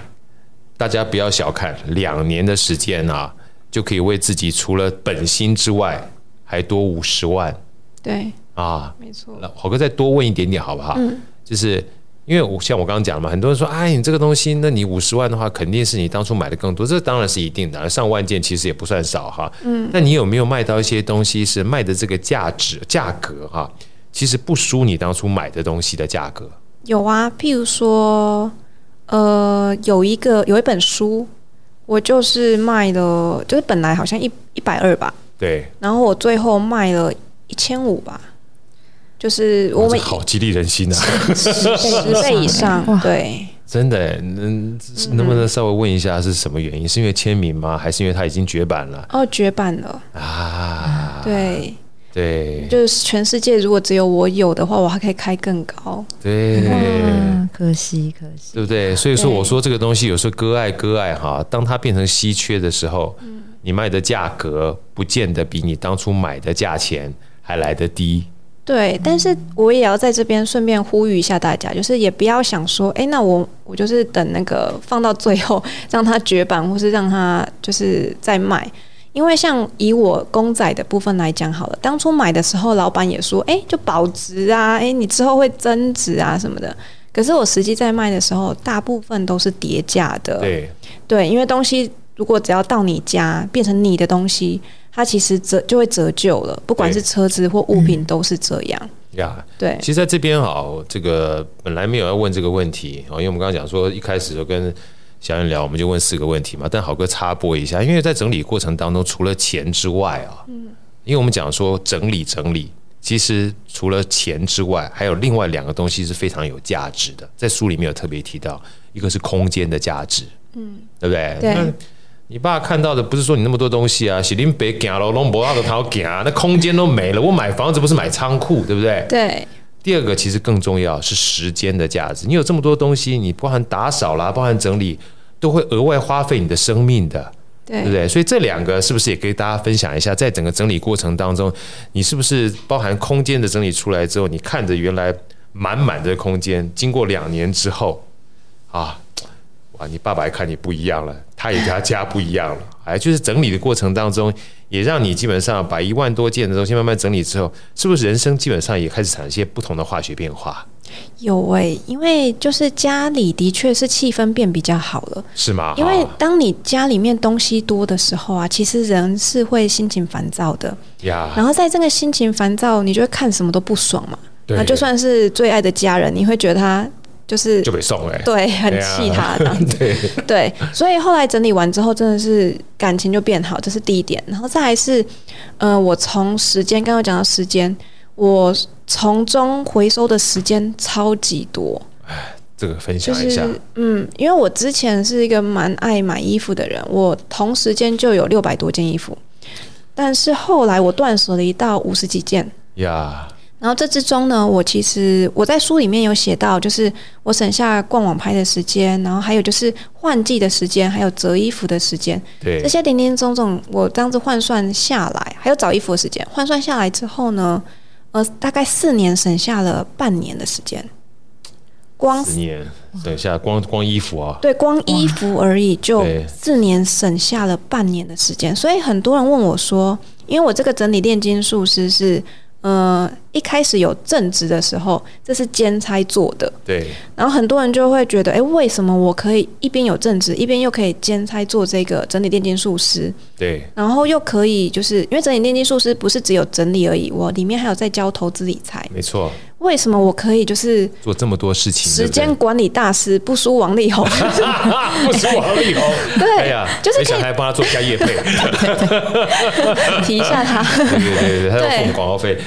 [SPEAKER 1] 大家不要小看两年的时间啊，就可以为自己除了本薪之外，还多五十万
[SPEAKER 5] 对，
[SPEAKER 1] 啊！
[SPEAKER 5] 没错。
[SPEAKER 1] 那好哥再多问一点点好不好？
[SPEAKER 5] 嗯
[SPEAKER 1] 就是因为我像我刚刚讲的嘛，很多人说，哎，你这个东西，那你五十万的话，肯定是你当初买的更多，这当然是一定的，而上万件其实也不算少哈。嗯，但你有没有卖到一些东西是卖的这个价值价格哈，其实不输你当初买的东西的价格？
[SPEAKER 5] 有啊，譬如说，呃，有一个有一本书，我就是卖了，就是本来好像一一百二吧，
[SPEAKER 1] 对，
[SPEAKER 5] 然后我最后卖了一千五吧，就是我
[SPEAKER 1] 哇这
[SPEAKER 5] 们
[SPEAKER 1] 好激励人心啊！
[SPEAKER 5] 十倍以上
[SPEAKER 2] 哇，
[SPEAKER 5] 对，
[SPEAKER 1] 真的，能能不能稍微问一下是什么原因？是因为签名吗？还是因为它已经绝版了
[SPEAKER 5] 哦，绝版了，
[SPEAKER 1] 啊？
[SPEAKER 5] 对，
[SPEAKER 1] 对
[SPEAKER 5] 就是全世界如果只有我有的话，我还可以开更高，
[SPEAKER 1] 对。
[SPEAKER 2] 哇，可惜可惜，
[SPEAKER 1] 对不对？所以说，
[SPEAKER 5] 对
[SPEAKER 1] 我说这个东西有时候割爱割爱哈，当它变成稀缺的时候，你卖的价格不见得比你当初买的价钱还来得低。
[SPEAKER 5] 对，但是我也要在这边顺便呼吁一下大家，就是也不要想说，哎，那我我就是等那个放到最后，让它绝版，或是让它就是再卖。因为像以我公仔的部分来讲好了，当初买的时候，老板也说，哎，就保值啊，哎，你之后会增值啊什么的。可是我实际在卖的时候，大部分都是叠价的。
[SPEAKER 1] 对，
[SPEAKER 5] 对因为东西如果只要到你家变成你的东西，它其实折就会折旧了，不管
[SPEAKER 1] 对
[SPEAKER 5] 是车子或物品都是这样。
[SPEAKER 1] 呀、
[SPEAKER 5] 对
[SPEAKER 1] 其实在这边啊，这个本来没有要问这个问题啊，因为我们刚刚讲说一开始就跟小燕聊，我们就问四个问题嘛。但好哥插播一下，因为在整理过程当中，除了钱之外啊，嗯，因为我们讲说整理整理，其实除了钱之外，还有另外两个东西是非常有价值的，在书里面有特别提到，一个是空间的价值，嗯，对不对？
[SPEAKER 5] 对
[SPEAKER 1] 那你爸看到的不是说你那么多东西啊，喜林北行了，龙博啊奥的桃行，那空间都没了。我买房子不是买仓库，对不对？
[SPEAKER 5] 对
[SPEAKER 1] 第二个其实更重要是时间的价值。你有这么多东西，你包含打扫啦，包含整理，都会额外花费你的生命的，
[SPEAKER 5] 对
[SPEAKER 1] 对不对？所以这两个是不是也给大家分享一下？在整个整理过程当中，你是不是包含空间的整理出来之后，你看着原来满满的空间，经过两年之后，啊，哇，你爸爸也看你不一样了，他也他家不一样了。哎，就是整理的过程当中，也让你基本上把一万多件的东西慢慢整理之后，是不是人生基本上也开始产生一些不同的化学变化，
[SPEAKER 5] 有诶、因为就是家里的确是气氛变比较好了。
[SPEAKER 1] 是吗？
[SPEAKER 5] 因为
[SPEAKER 1] 哈
[SPEAKER 5] 当你家里面东西多的时候啊，其实人是会心情烦躁的。
[SPEAKER 1] 呀，
[SPEAKER 5] 然后在这个心情烦躁，你就会看什么都不爽嘛。
[SPEAKER 1] 对
[SPEAKER 5] 那就算是最爱的家人，你会觉得他就是
[SPEAKER 1] 就被送哎、
[SPEAKER 5] 对很
[SPEAKER 1] 对啊
[SPEAKER 5] 气他这样 子。
[SPEAKER 1] 对，
[SPEAKER 5] 对，所以后来整理完之后，真的是感情就变好，这是第一点。然后再来是，呃，我从时间刚刚讲到时间，我从中回收的时间超级多，
[SPEAKER 1] 这个分
[SPEAKER 5] 就
[SPEAKER 1] 享一下，
[SPEAKER 5] 是嗯，因为我之前是一个蛮爱买衣服的人，我同时间就有六百多件衣服，但是后来我断舍离到五十几件。
[SPEAKER 1] 呀，
[SPEAKER 5] 然后这之中呢，我其实我在书里面有写到，就是我省下逛网拍的时间，然后还有就是换季的时间，还有折衣服的时间，
[SPEAKER 1] 对
[SPEAKER 5] 这，些零零总总，我这样子换算下来，还有找衣服的时间，换算下来之后呢，呃，大概四年省下了半年的时间，光
[SPEAKER 1] 十年，等一下，光光衣服啊，
[SPEAKER 5] 对，光衣服而已，就
[SPEAKER 1] 对
[SPEAKER 5] 四年省下了半年的时间。所以很多人问我说，因为我这个整理炼金术师是，呃，一开始有正职的时候，这是兼差做的。
[SPEAKER 1] 对，
[SPEAKER 5] 然后很多人就会觉得，诶，为什么我可以一边有正职，一边又可以兼差做这个整理炼金术师？
[SPEAKER 1] 对，
[SPEAKER 5] 然后又可以就是因为整理炼金术师不是只有整理而已，我里面还有在教投资理财。
[SPEAKER 1] 没错，
[SPEAKER 5] 为什么我可以就是
[SPEAKER 1] 做这么多事情，
[SPEAKER 5] 时
[SPEAKER 1] 对
[SPEAKER 5] 间
[SPEAKER 1] 不
[SPEAKER 5] 管理大师不输王力宏？
[SPEAKER 1] 对 不是王力宏，
[SPEAKER 5] 对
[SPEAKER 1] 哎呀，
[SPEAKER 5] 就是可以
[SPEAKER 1] 没想到还帮他做一下业 配，对
[SPEAKER 5] 提一下他。
[SPEAKER 1] 对对对，他要付我们
[SPEAKER 5] 对
[SPEAKER 1] 广告费。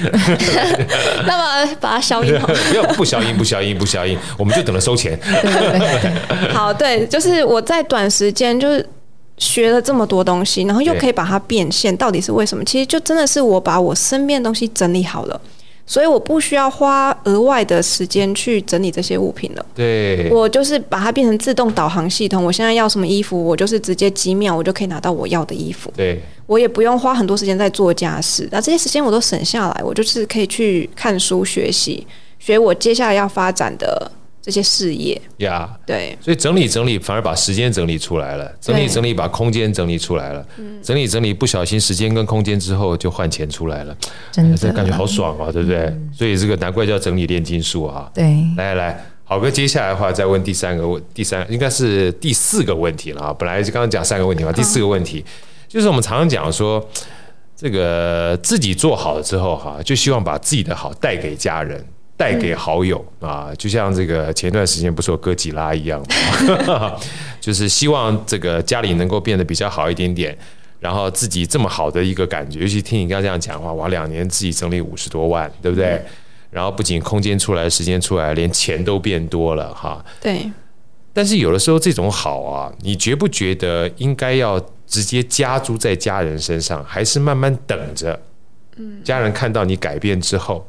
[SPEAKER 5] 那么呃把它消音好。
[SPEAKER 1] 不要 不消音，不消音，不消音，我们就等着收钱。
[SPEAKER 5] 好，对，就是我在短时间就是学了这么多东西，然后又
[SPEAKER 1] 对
[SPEAKER 5] 可以把它变现，到底是为什么？其实就真的是我把我身边的东西整理好了。所以我不需要花额外的时间去整理这些物品了，
[SPEAKER 1] 对，
[SPEAKER 5] 我就是把它变成自动导航系统。我现在要什么衣服，我就是直接几秒我就可以拿到我要的衣服，
[SPEAKER 1] 对，
[SPEAKER 5] 我也不用花很多时间在做家事。那这些时间我都省下来，我就是可以去看书学习，学我接下来要发展的这些事业。
[SPEAKER 1] 呀，
[SPEAKER 5] 对，
[SPEAKER 1] 所以整理整理，反而把时间整理出来了，整理
[SPEAKER 5] 对嗯
[SPEAKER 1] 整理，把空间整理出来了，整理整理，不小心时间跟空间之后就换钱出来了，
[SPEAKER 2] 真
[SPEAKER 1] 哎这
[SPEAKER 2] 的
[SPEAKER 1] 感觉好爽啊，对不对？
[SPEAKER 5] 嗯
[SPEAKER 1] 所以这个难怪叫整理炼金术啊。
[SPEAKER 2] 对，
[SPEAKER 1] 来来来，好哥，接下来的话再问第三个问，第三应该是第四个问题了啊。本来就刚刚讲三个问题嘛，第四个问题、就是我们常常讲说，这个自己做好了之后哈、就希望把自己的好带给家人。带给好友、啊，就像这个前段时间不是有哥吉拉一样吗， 就是希望这个家里能够变得比较好一点点，然后自己这么好的一个感觉，尤其听你刚刚这样讲话，哇，两年自己整理五十多万，对不对？然后不仅空间出来，时间出来，连钱都变多了哈。
[SPEAKER 5] 对，
[SPEAKER 1] 但是有的时候这种好啊，你觉不觉得应该要直接加诸在家人身上，还是慢慢等着？嗯，家人看到你改变之后，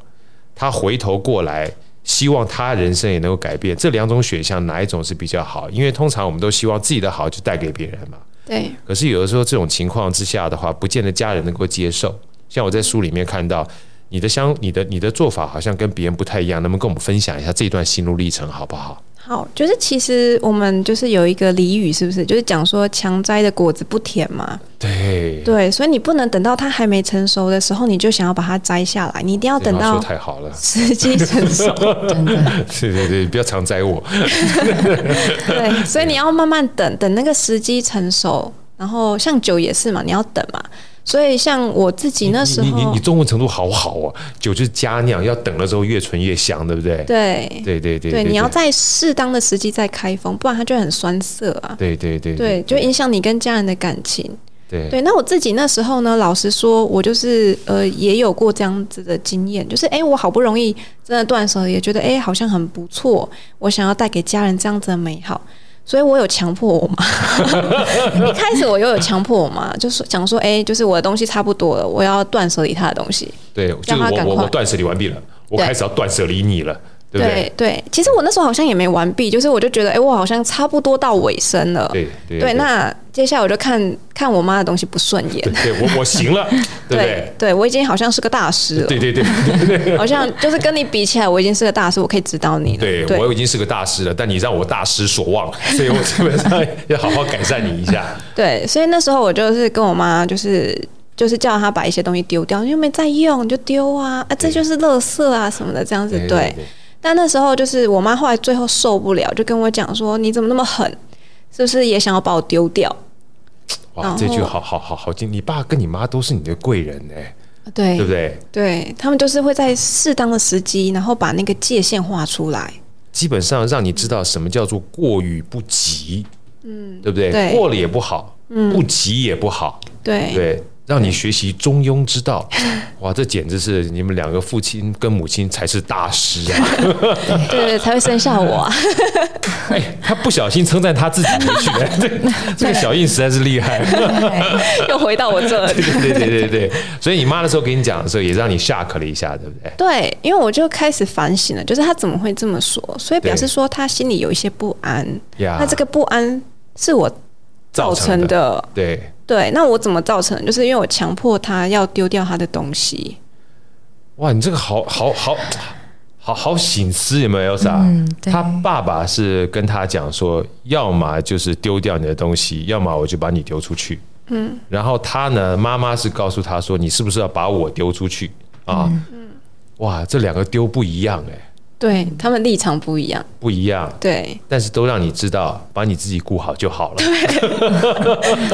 [SPEAKER 1] 他回头过来，希望他人生也能够改变。这两种选项哪一种是比较好？因为通常我们都希望自己的好就带给别人嘛。
[SPEAKER 5] 对，
[SPEAKER 1] 可是有的时候这种情况之下的话，不见得家人能够接受。像我在书里面看到你的相、你的、你的做法好像跟别人不太一样，能不能跟我们分享一下这段心路历程好不好？
[SPEAKER 5] 好，就是其实我们就是有一个俚语，是不是？就是讲说强摘的果子不甜嘛。
[SPEAKER 1] 对，
[SPEAKER 5] 对，所以你不能等到它还没成熟的时候，你就想要把它摘下来，你一定要
[SPEAKER 1] 这
[SPEAKER 5] 等
[SPEAKER 1] 样
[SPEAKER 5] 到，
[SPEAKER 1] 说太好了
[SPEAKER 5] 时机 成熟。
[SPEAKER 2] 真的，
[SPEAKER 1] 对对对，不要常宰我。
[SPEAKER 5] 对，所以你要慢慢等，等那个时机成熟。然后像酒也是嘛，你要等嘛。所以像我自己那时
[SPEAKER 1] 你你你
[SPEAKER 5] 候
[SPEAKER 1] 你，中文程度好好哦，酒就是佳酿，要等了之后越醇越香，对不对？
[SPEAKER 5] 对
[SPEAKER 1] 对对对
[SPEAKER 5] 对，你要在适当的时机再开封，不然它就会很酸涩啊。
[SPEAKER 1] 对对对
[SPEAKER 5] 对，就影响你跟家人的感情。
[SPEAKER 1] 对
[SPEAKER 5] 对，那我自己那时候呢，老实说，我就是呃，也有过这样子的经验，就是哎、诶我好不容易真的断舍离，也觉得哎、诶好像很不错，我想要带给家人这样子的美好，所以我有强迫我妈。一开始我又有强迫我妈，就是讲说，哎、就是我的东西差不多了，我要断舍离她的东西。
[SPEAKER 1] 对，就是
[SPEAKER 5] 让他
[SPEAKER 1] 我
[SPEAKER 5] 赶
[SPEAKER 1] 我
[SPEAKER 5] 快
[SPEAKER 1] 我断舍离完毕了，我
[SPEAKER 5] 对
[SPEAKER 1] 开始要断舍离你了，对不对？
[SPEAKER 5] 对，其实我那时候好像也没完毕，就是我就觉得，哎、我好像差不多到尾声了。
[SPEAKER 1] 对对
[SPEAKER 5] 对，那接下来我就看看我妈的东西不顺眼。
[SPEAKER 1] 对对我我行了，对不对？
[SPEAKER 5] 对我已经好像是个大师了。
[SPEAKER 1] 对对对
[SPEAKER 5] 好像就是跟你比起来，我已经是个大师，我可以指导你了。
[SPEAKER 1] 对，我已经是个大师了，但你让我大失所望， 所以我基本上要好好改善你一 下。
[SPEAKER 5] 对，所以那时候我就是跟我妈，就是就是叫她把一些东西丢掉，你又没在用，你就丢啊，啊，这就是垃圾啊什么的，这样子对。但那时候就是我妈后来最后受不了，就跟我讲说：“你怎么那么狠？是不是也想要把我丢掉然
[SPEAKER 1] 哇，
[SPEAKER 5] 后
[SPEAKER 1] 这句好好好好听，你爸跟你妈都是你的贵人哎，？”
[SPEAKER 5] 对
[SPEAKER 1] 对不对？
[SPEAKER 5] 对他们就是会在适当的时机，然后把那个界限画出来。
[SPEAKER 1] 基本上让你知道什么叫做过于不及，嗯，对不对？
[SPEAKER 5] 对嗯
[SPEAKER 1] 过了也不好，不及也不好，
[SPEAKER 5] 对
[SPEAKER 1] 对，让你学习中庸之 道。哇，这简直是你们两个父亲跟母亲才是大师 啊！
[SPEAKER 5] 对对，才会生下我啊！
[SPEAKER 1] 哎，他不小心称赞他自己回去 了，对，这个小印实在是厉害。
[SPEAKER 5] 又回到我这里。
[SPEAKER 1] 对对对对对，所以你妈那时候给你讲的时候，也让你吓咳了一下，对不对？
[SPEAKER 5] 对，因为我就开始反省了，就是他怎么会这么说？所以表示说他心里有一些不安。
[SPEAKER 1] 呀
[SPEAKER 5] 那这个不安是我造成，的。
[SPEAKER 1] 对，
[SPEAKER 5] 对，那我怎么造成的？就是因为我强迫他要丢掉他的东西。
[SPEAKER 1] 哇，你这个好好好好好醒思有没有啥？
[SPEAKER 2] 嗯对
[SPEAKER 1] 他爸爸是跟他讲说，要么就是丢掉你的东西，要么我就把你丢出去。嗯，然后他呢，妈妈是告诉他说，你是不是要把我丢出去啊？哇，这两个丢不一样哎、
[SPEAKER 5] 对他们立场不一样。
[SPEAKER 1] 不一样，
[SPEAKER 5] 对，
[SPEAKER 1] 但是都让你知道，把你自己顾好就好了。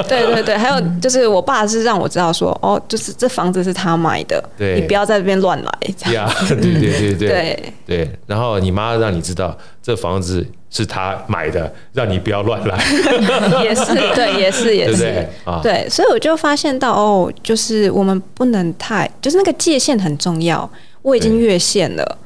[SPEAKER 5] 对对对，还有就是我爸是让我知道说，哦，就是这房子是他买的，
[SPEAKER 1] 对
[SPEAKER 5] 你不要在这边乱来。这样
[SPEAKER 1] 呀，对对对对
[SPEAKER 5] 对
[SPEAKER 1] 对，然后你妈让你知道这房子是她买的，让你不要乱来，
[SPEAKER 5] 也是， 对，也是，也
[SPEAKER 1] 对不
[SPEAKER 5] 是。
[SPEAKER 1] 对？啊，
[SPEAKER 5] 对，所以我就发现到哦，就是我们不能太，就是那个界限很重要。我已经
[SPEAKER 1] 对
[SPEAKER 5] 越线了，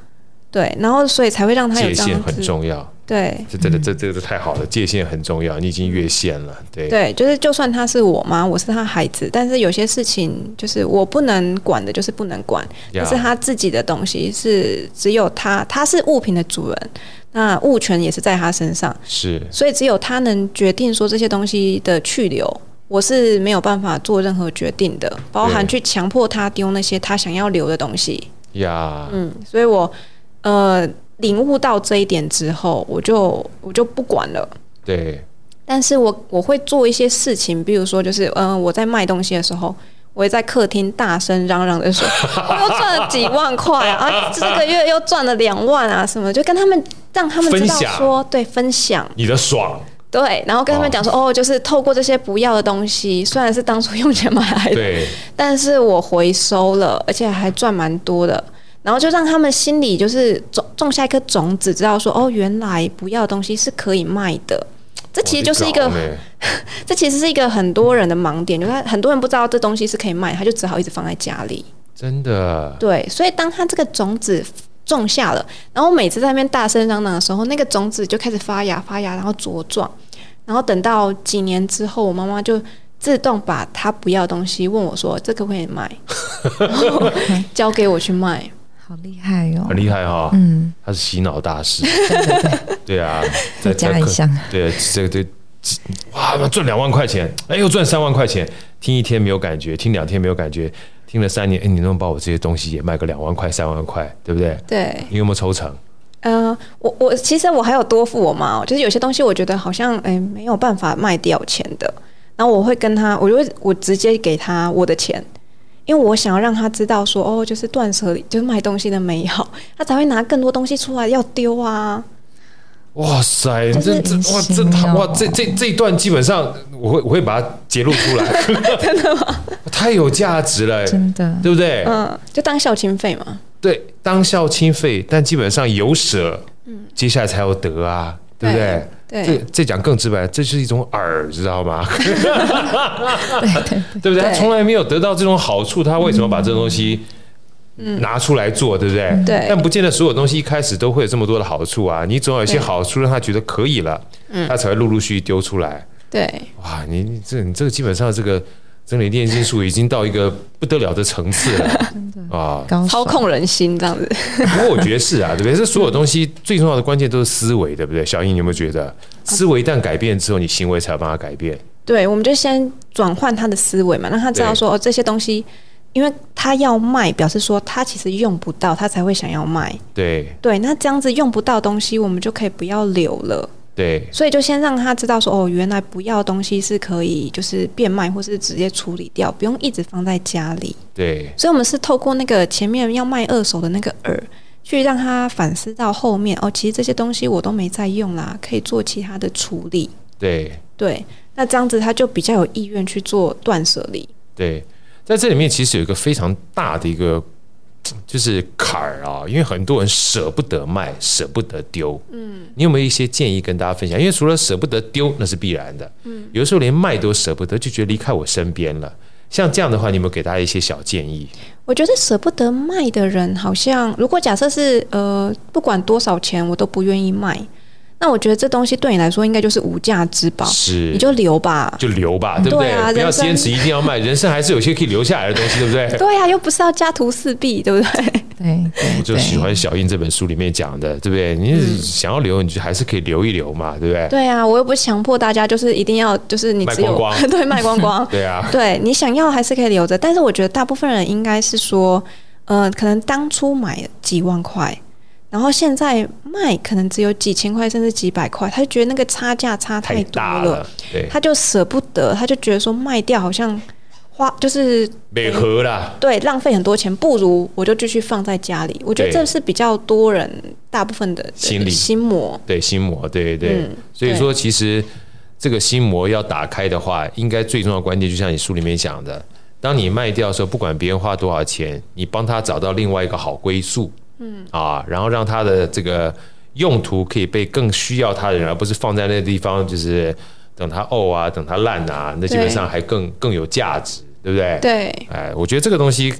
[SPEAKER 5] 对，然后所以才会让他有
[SPEAKER 1] 界
[SPEAKER 5] 这
[SPEAKER 1] 限
[SPEAKER 5] 样
[SPEAKER 1] 很
[SPEAKER 5] 子。
[SPEAKER 1] 重要，
[SPEAKER 5] 对
[SPEAKER 1] 这这这这个太好了，界限很重要，你已经越线了，对
[SPEAKER 5] 对，就是就算他是我妈，我是他孩子，但是有些事情就是我不能管的，就是不能管。
[SPEAKER 1] 呀
[SPEAKER 5] 但是他自己的东西是只有他，他是物品的主人，那物权也是在他身上，
[SPEAKER 1] 是
[SPEAKER 5] 所以只有他能决定说这些东西的去留，我是没有办法做任何决定的，包含
[SPEAKER 1] 对
[SPEAKER 5] 去强迫他丢那些他想要留的东西。
[SPEAKER 1] 呀，
[SPEAKER 5] 嗯，所以我呃领悟到这一点之后，我就我就不管了。
[SPEAKER 1] 对
[SPEAKER 5] 但是我我会做一些事情，比如说就是嗯、呃我在卖东西的时候。我会在客厅大声嚷嚷的说：“ 我又赚了几万 块啊！啊，这个月又赚了两万啊，什么？就跟他们让他们知道
[SPEAKER 1] 分享
[SPEAKER 5] 说，对，分享。
[SPEAKER 1] 你的爽，
[SPEAKER 5] 对，然后跟他们讲说，哦就是透过这些不要的东西，虽然是当初用钱买来的，
[SPEAKER 1] 对
[SPEAKER 5] 但是我回收了，而且还赚蛮多的。然后就让他们心里就是种种下一颗种子，知道说，哦，原来不要的东西是可以卖的。这其实就是一
[SPEAKER 1] 哇，
[SPEAKER 5] 个
[SPEAKER 1] 你搞呢
[SPEAKER 5] 这其实是一个很多人的盲点，就是他很多人不知道这东西是可以卖，他就只好一直放在家里。
[SPEAKER 1] 真的
[SPEAKER 5] 对，所以当他这个种子种下了，然后每次在那边大声嚷嚷的时候，那个种子就开始发芽、发芽，然后茁壮，然后等到几年之后，我妈妈就自动把她不要的东西问我说：“这可不可以卖？” 然后交给我去卖。
[SPEAKER 2] 好厉害哦
[SPEAKER 1] 很！厉害哈，
[SPEAKER 2] 嗯，
[SPEAKER 1] 他是洗脑大 师，
[SPEAKER 2] 对对对，
[SPEAKER 1] 对啊，在哎
[SPEAKER 2] 加
[SPEAKER 1] 在
[SPEAKER 2] 一
[SPEAKER 1] 客
[SPEAKER 2] 项
[SPEAKER 1] 对这个对。哇，赚两万块钱，哎，又赚三万块钱，听一天没有感觉，听两天没有感觉，听了三年，哎，你能不能把我这些东西也卖个两万块、三万块，对不对？
[SPEAKER 5] 对
[SPEAKER 1] 你有没有抽成？
[SPEAKER 5] 呃，我我其实我还有多付我妈哦，就是有些东西我觉得好像哎没有办法卖掉钱的，然后我会跟她，我就会我直接给她我的钱，因为我想要让她知道说哦，就是断舍离，就是卖东西的美好，她才会拿更多东西出来要丢啊。
[SPEAKER 1] 哇塞，这
[SPEAKER 2] 真是
[SPEAKER 1] 这
[SPEAKER 2] 隐
[SPEAKER 1] 哇
[SPEAKER 2] 形
[SPEAKER 1] 这
[SPEAKER 2] 哦
[SPEAKER 1] 哇这这这一段基本上我会我会把它揭露出来，真的吗？ 太有价值了、
[SPEAKER 2] 真的
[SPEAKER 1] 对不对？
[SPEAKER 5] 嗯，就当孝亲费嘛。
[SPEAKER 1] 对，当孝亲费，但基本上有舍，接下来才有得啊，对不对？
[SPEAKER 5] 对
[SPEAKER 1] 这这讲更直白，这是一种饵，知道 吗？
[SPEAKER 2] 对对
[SPEAKER 1] 对不对？
[SPEAKER 5] 对
[SPEAKER 1] 他从来没有得到这种好处，他为什么把这东西拿出来做，对不嗯对？
[SPEAKER 5] 对
[SPEAKER 1] 但不见得所有东西一开始都会有这么多的好处啊，你总有一些
[SPEAKER 5] 对
[SPEAKER 1] 好处让他觉得可以了，他才会陆陆续续丢出来。
[SPEAKER 5] 对，
[SPEAKER 1] 哇，你你这你这个基本上这个真理炼金术已经到一个不得了的层次 了啊！
[SPEAKER 2] 高
[SPEAKER 5] 操
[SPEAKER 2] 手
[SPEAKER 5] 控人心这样子。
[SPEAKER 1] 不过我觉得是啊，对不对？这所有东西最重要的关键都是思维，对不对？小英，你有没有觉得思维一旦改变之后，你行为才有办法改变？
[SPEAKER 5] 对，我们就先转换他的思维嘛，让他知道
[SPEAKER 1] 对
[SPEAKER 5] 说哦，这些东西，因为他要卖，表示说他其实用不到，他才会想要卖。
[SPEAKER 1] 对
[SPEAKER 5] 对，那这样子用不到的东西，我们就可以不要留了。
[SPEAKER 1] 对
[SPEAKER 5] 所以就先让他知道说哦，原来不要的东西是可以就是变卖或是直接处理掉，不用一直放在家里。
[SPEAKER 1] 对
[SPEAKER 5] 所以我们是透过那个前面要卖二手的那个饵，去让他反思到后面哦，其实这些东西我都没在用啦，可以做其他的处理。
[SPEAKER 1] 对
[SPEAKER 5] 对，那这样子他就比较有意愿去做断舍离。
[SPEAKER 1] 对，在这里面其实有一个非常大的一个就是坎儿啊，因为很多人舍不得卖，舍不得丢。嗯，你有没有一些建议跟大家分享？因为除了舍不得丢，那是必然的。嗯，有的时候连卖都舍不得，就觉得离开我身边了。像这样的话，你有没有给大家一些小建议？
[SPEAKER 5] 我觉得舍不得卖的人，好像如果假设是呃，不管多少钱我都不愿意卖，那我觉得这东西对你来说应该就是无价之宝，
[SPEAKER 1] 是
[SPEAKER 5] 你就留吧。
[SPEAKER 1] 就留吧，对不
[SPEAKER 5] 对啊
[SPEAKER 1] 不要
[SPEAKER 5] 人生
[SPEAKER 1] 坚持一定 要卖，人生还是有些可以留下来的东西，对不对？
[SPEAKER 5] 对啊呀、又不是要家徒四壁，对不对？
[SPEAKER 2] 对对，
[SPEAKER 1] 我就喜欢小印这本书里面讲的，对不对？你想要留，你就还是可以留一留嘛，对不对？
[SPEAKER 5] 嗯
[SPEAKER 1] 啊
[SPEAKER 5] 对呀、我又不强迫大家，就是一定要，就是你只
[SPEAKER 1] 卖
[SPEAKER 5] 有
[SPEAKER 1] 光光
[SPEAKER 5] 对卖光光，
[SPEAKER 1] 对啊，
[SPEAKER 5] 对你想要还是可以留着，但是我觉得大部分人应该是说，呃，可能当初买几万块，然后现在卖可能只有几千块甚至几百块，他就觉得那个差价差
[SPEAKER 1] 太
[SPEAKER 5] 多
[SPEAKER 1] 大了，对，
[SPEAKER 5] 他就舍不得，他就觉得说卖掉好像花就是
[SPEAKER 1] 美和啦，
[SPEAKER 5] 对浪费很多钱，不如我就继续放在家里。我觉得
[SPEAKER 1] 对
[SPEAKER 5] 这是比较多人大部分的
[SPEAKER 1] 心理
[SPEAKER 5] 心魔，
[SPEAKER 1] 对，心魔，对对对
[SPEAKER 5] 嗯
[SPEAKER 1] 所以说，其实这个心魔要打开的话，应该最重要的关键，就像你书里面讲的，当你卖掉的时候，不管别人花多少钱，你帮他找到另外一个好归宿，嗯啊，然后让他的这个用途可以被更需要他的人，而不是放在那个地方，就是等它沤啊，等它烂啊，那基本上还更更有价值，对不对？
[SPEAKER 5] 对
[SPEAKER 1] 哎，我觉得这个东西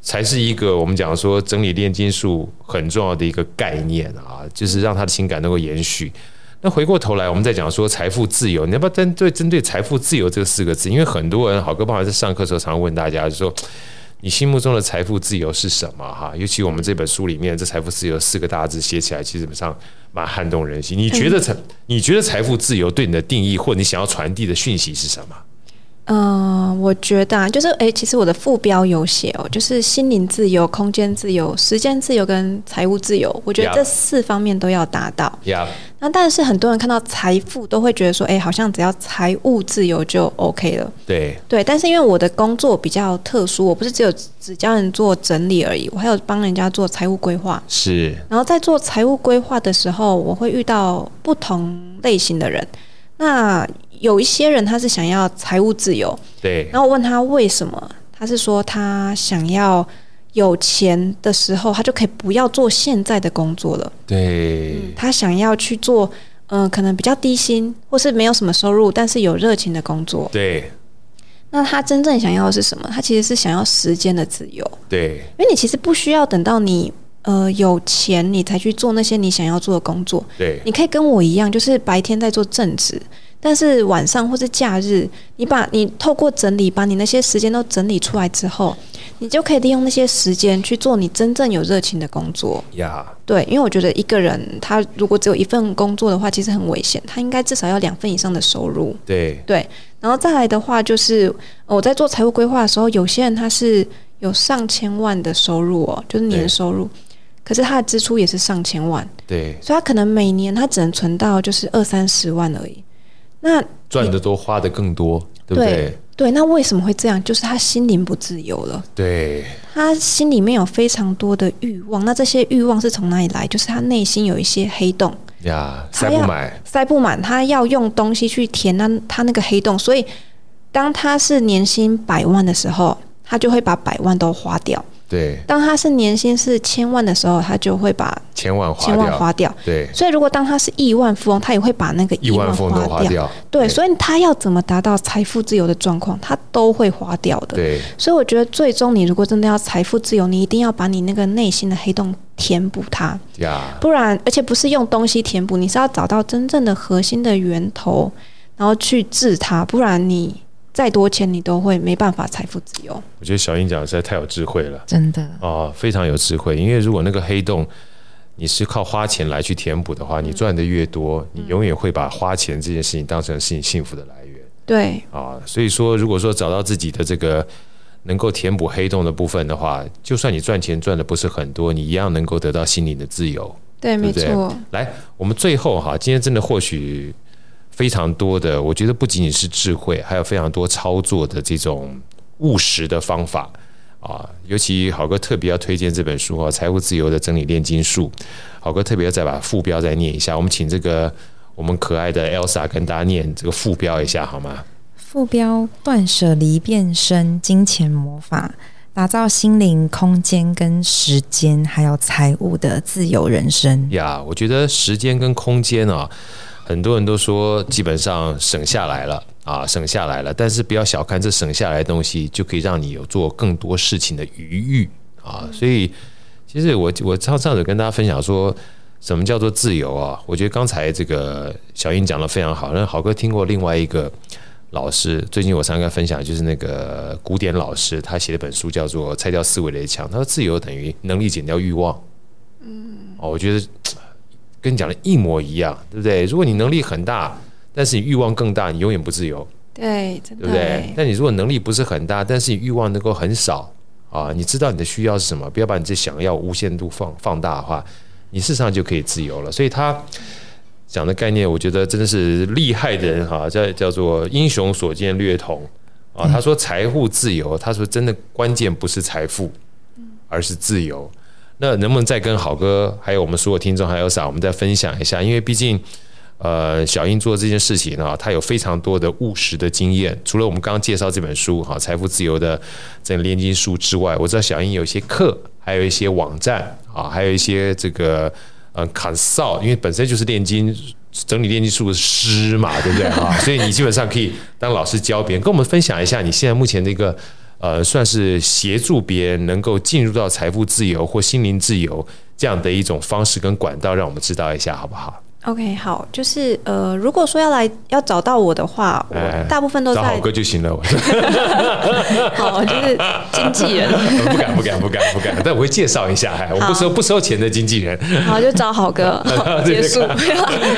[SPEAKER 1] 才是一个我们讲说整理炼金术很重要的一个概念啊，就是让他的情感能够延续。那回过头来，我们再讲说财富自由，你要不要针对针对财富自由这四个字？因为很多人好哥帮我在上课的时候常问大家，就说你心目中的财富自由是什么？哈，尤其我们这本书里面这财富自由四个大字写起来，其实基本上蛮撼动人心。你觉得财、你觉得财富自由对你的定义，或你想要传递的讯息是什么？
[SPEAKER 5] 嗯、我觉得、啊、就是诶，其实我的副标有写哦，就是心灵自由、空间自由、时间自由跟财务自由，我觉得
[SPEAKER 1] Yeah
[SPEAKER 5] 这四方面都要达到。
[SPEAKER 1] 呀、
[SPEAKER 5] 那但是很多人看到财富都会觉得说，诶，好像只要财务自由就 OK 了。
[SPEAKER 1] 对
[SPEAKER 5] 对，但是因为我的工作比较特殊，我不是只有只教人做整理而已，我还有帮人家做财务规划。
[SPEAKER 1] 是
[SPEAKER 5] 然后在做财务规划的时候，我会遇到不同类型的人。那有一些人他是想要财务自由，
[SPEAKER 1] 对
[SPEAKER 5] 然后我问他为什么，他是说他想要有钱的时候，他就可以不要做现在的工作了，
[SPEAKER 1] 对。
[SPEAKER 5] 他想要去做嗯、呃可能比较低薪或是没有什么收入，但是有热情的工作。
[SPEAKER 1] 对
[SPEAKER 5] 那他真正想要的是什么？他其实是想要时间的自由，
[SPEAKER 1] 对
[SPEAKER 5] 因为你其实不需要等到你呃有钱你才去做那些你想要做的工作，
[SPEAKER 1] 对
[SPEAKER 5] 你可以跟我一样，就是白天在做正职，但是晚上或是假日，你把你透过整理，把你那些时间都整理出来之后，你就可以利用那些时间去做你真正有热情的工作。
[SPEAKER 1] 呀，
[SPEAKER 5] 对，因为我觉得一个人他如果只有一份工作的话，其实很危险，他应该至少要两份以上的收入。
[SPEAKER 1] 对
[SPEAKER 5] 对，然后再来的话就是呃我在做财务规划的时候，有些人他是有上千万的收入哦，就是年收入，可是他的支出也是上千万，
[SPEAKER 1] 对，
[SPEAKER 5] 所以他可能每年他只能存到就是二三十万而已。那
[SPEAKER 1] 赚的多，花的更多，对不对？
[SPEAKER 5] 对，那为什么会这样？就是他心灵不自由了，
[SPEAKER 1] 对，
[SPEAKER 5] 他心里面有非常多的欲望。那这些欲望是从哪里来？就是他内心有一些黑洞，
[SPEAKER 1] 哎呀，
[SPEAKER 5] 他
[SPEAKER 1] 塞
[SPEAKER 5] 要
[SPEAKER 1] 不满，
[SPEAKER 5] 塞不满，他要用东西去填那他那个黑洞。所以，当他是年薪百万的时候，他就会把百万都花掉；
[SPEAKER 1] 对，
[SPEAKER 5] 当他是年薪是千万的时候，他就会把
[SPEAKER 1] 千万花
[SPEAKER 5] 千万
[SPEAKER 1] 掉，
[SPEAKER 5] 花掉。
[SPEAKER 1] 对，
[SPEAKER 5] 所以，如果当他是亿万富翁，他也会把那个
[SPEAKER 1] 亿万富翁都
[SPEAKER 5] 花
[SPEAKER 1] 花掉，
[SPEAKER 5] 对，所以他要怎么达到财富自由的状况，他都会花掉的。
[SPEAKER 1] 对，
[SPEAKER 5] 所以我觉得，最终你如果真的要财富自由，你一定要把你那个内心的黑洞填补它，
[SPEAKER 1] 呀，
[SPEAKER 5] 不然，而且不是用东西填补，你是要找到真正的核心的源头，然后去治它，不然你再多钱，你都会没办法财富自由。
[SPEAKER 1] 我觉得小英讲的实在太有智慧了。
[SPEAKER 2] 真的，
[SPEAKER 1] 哦，非常有智慧。因为如果那个黑洞你是靠花钱来去填补的话，你赚的越多，你永远会把花钱这件事情当成是你幸福的来源
[SPEAKER 5] 对，
[SPEAKER 1] 啊。所以说，如果说找到自己的这个能够填补黑洞的部分的话，就算你赚钱赚的不是很多，你一样能够得到心灵的自由。
[SPEAKER 5] 对，
[SPEAKER 1] 对
[SPEAKER 5] 没
[SPEAKER 1] 不对
[SPEAKER 5] 错，
[SPEAKER 1] 来，我们最后哈，今天真的或许非常多的，我觉得不仅仅是智慧，还有非常多操作的这种务实的方法啊。尤其好哥特别要推荐这本书哈，《财务自由的整理炼金术》。好哥特别要再把副标再念一下，我们请这个我们可爱的 Elsa 跟大家念这个副标一下好吗？
[SPEAKER 2] 副标“断舍离变身金钱魔法”，打造心灵空间跟时间，还有财务的自由人生。
[SPEAKER 1] 呀我觉得时间跟空间啊，很多人都说基本上省下来了啊，省下来了。但是不要小看这省下来的东西，就可以让你有做更多事情的余裕啊。所以，其实我我上上次有跟大家分享说，什么叫做自由啊？我觉得刚才这个小英讲的非常好，那好哥听过另外一个。老师，最近我常跟他分享，就是那个古典老师，他写了本书叫做《拆掉思维的墙》。他说，自由等于能力减掉欲望。嗯，哦，我觉得跟你讲的一模一样，对不对？如果你能力很大，但是你欲望更大，你永远不自由，
[SPEAKER 5] 对，真
[SPEAKER 1] 对
[SPEAKER 5] 的
[SPEAKER 1] 不对？但你如果能力不是很大，但是你欲望能够很少啊，你知道你的需要是什么，不要把你这想要无限度放放大的话，你事实上就可以自由了。所以他讲的概念，我觉得真的是厉害的人哈、叫叫做英雄所见略同啊。他说财务自由，他说真的关键不是财富，而是自由。那能不能再跟好哥，还有我们所有听众，还有傻，我们再分享一下？因为毕竟，呃，小英做这件事情啊，她有非常多的务实的经验。除了我们刚刚介绍这本书哈，《财富自由的这个炼金术》之外，我知道小英有一些课，还有一些网站啊，还有一些这个呃 consult，因为本身就是炼金整理炼金术的师嘛，对不对啊？所以你基本上可以当老师教别人，跟我们分享一下你现在目前的一个呃，算是协助别人能够进入到财富自由或心灵自由这样的一种方式跟管道，让我们知道一下好不好？
[SPEAKER 5] OK，好，就是呃，如果说要来要找到我的话，
[SPEAKER 1] 哎
[SPEAKER 5] 我大部分都
[SPEAKER 1] 找好
[SPEAKER 5] 在
[SPEAKER 1] 哥就行了，我
[SPEAKER 5] 好，就是经纪人。
[SPEAKER 1] 不敢不敢不敢不敢，但我会介绍一下，哎，我不收不收钱的经纪人，
[SPEAKER 5] 好，就找 好哥好结束，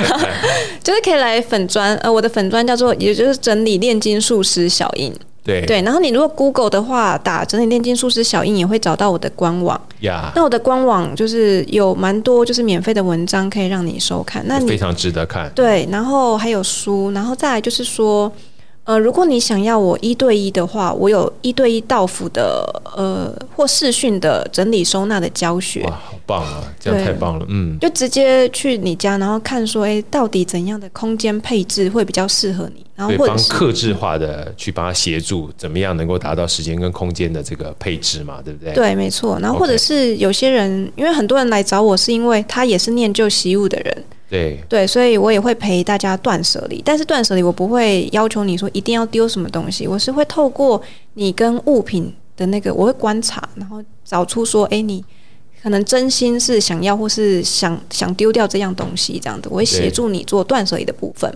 [SPEAKER 5] 就是可以来粉砖，呃，我的粉砖叫做，也就是整理炼金术师小印，
[SPEAKER 1] 对
[SPEAKER 5] 对，然后你如果 Google 的话，打整理炼金术师小印也会找到我的官网，
[SPEAKER 1] 呀，
[SPEAKER 5] 那我的官网就是有蛮多就是免费的文章可以让你收看，那
[SPEAKER 1] 非
[SPEAKER 5] 你
[SPEAKER 1] 常值得看，
[SPEAKER 5] 对，然后还有书，然后再来就是说。呃，如果你想要我一对一的话，我有一对一到府的呃或视讯的整理收纳的教学。
[SPEAKER 1] 哇，好棒啊，这样
[SPEAKER 5] 对
[SPEAKER 1] 太棒了，嗯，
[SPEAKER 5] 就直接去你家，然后看说，哎、到底怎样的空间配置会比较适合你？然后
[SPEAKER 1] 对，
[SPEAKER 5] 或者
[SPEAKER 1] 帮
[SPEAKER 5] 是
[SPEAKER 1] 克制化的去帮他协助，怎么样能够达到时间跟空间的这个配置嘛，对不对？
[SPEAKER 5] 对，没错。然后
[SPEAKER 1] OK
[SPEAKER 5] 或者是有些人，因为很多人来找我是因为他也是念旧习物的人，
[SPEAKER 1] 对
[SPEAKER 5] 对，所以我也会陪大家断舍离。但是断舍离我不会要求你说一定要丢什么东西，我是会透过你跟物品的那个，我会观察，然后找出说，哎、你。可能真心是想要，或是想想丢掉这样东西，这样的，我会协
[SPEAKER 1] 对
[SPEAKER 5] 助你做断舍离的部分。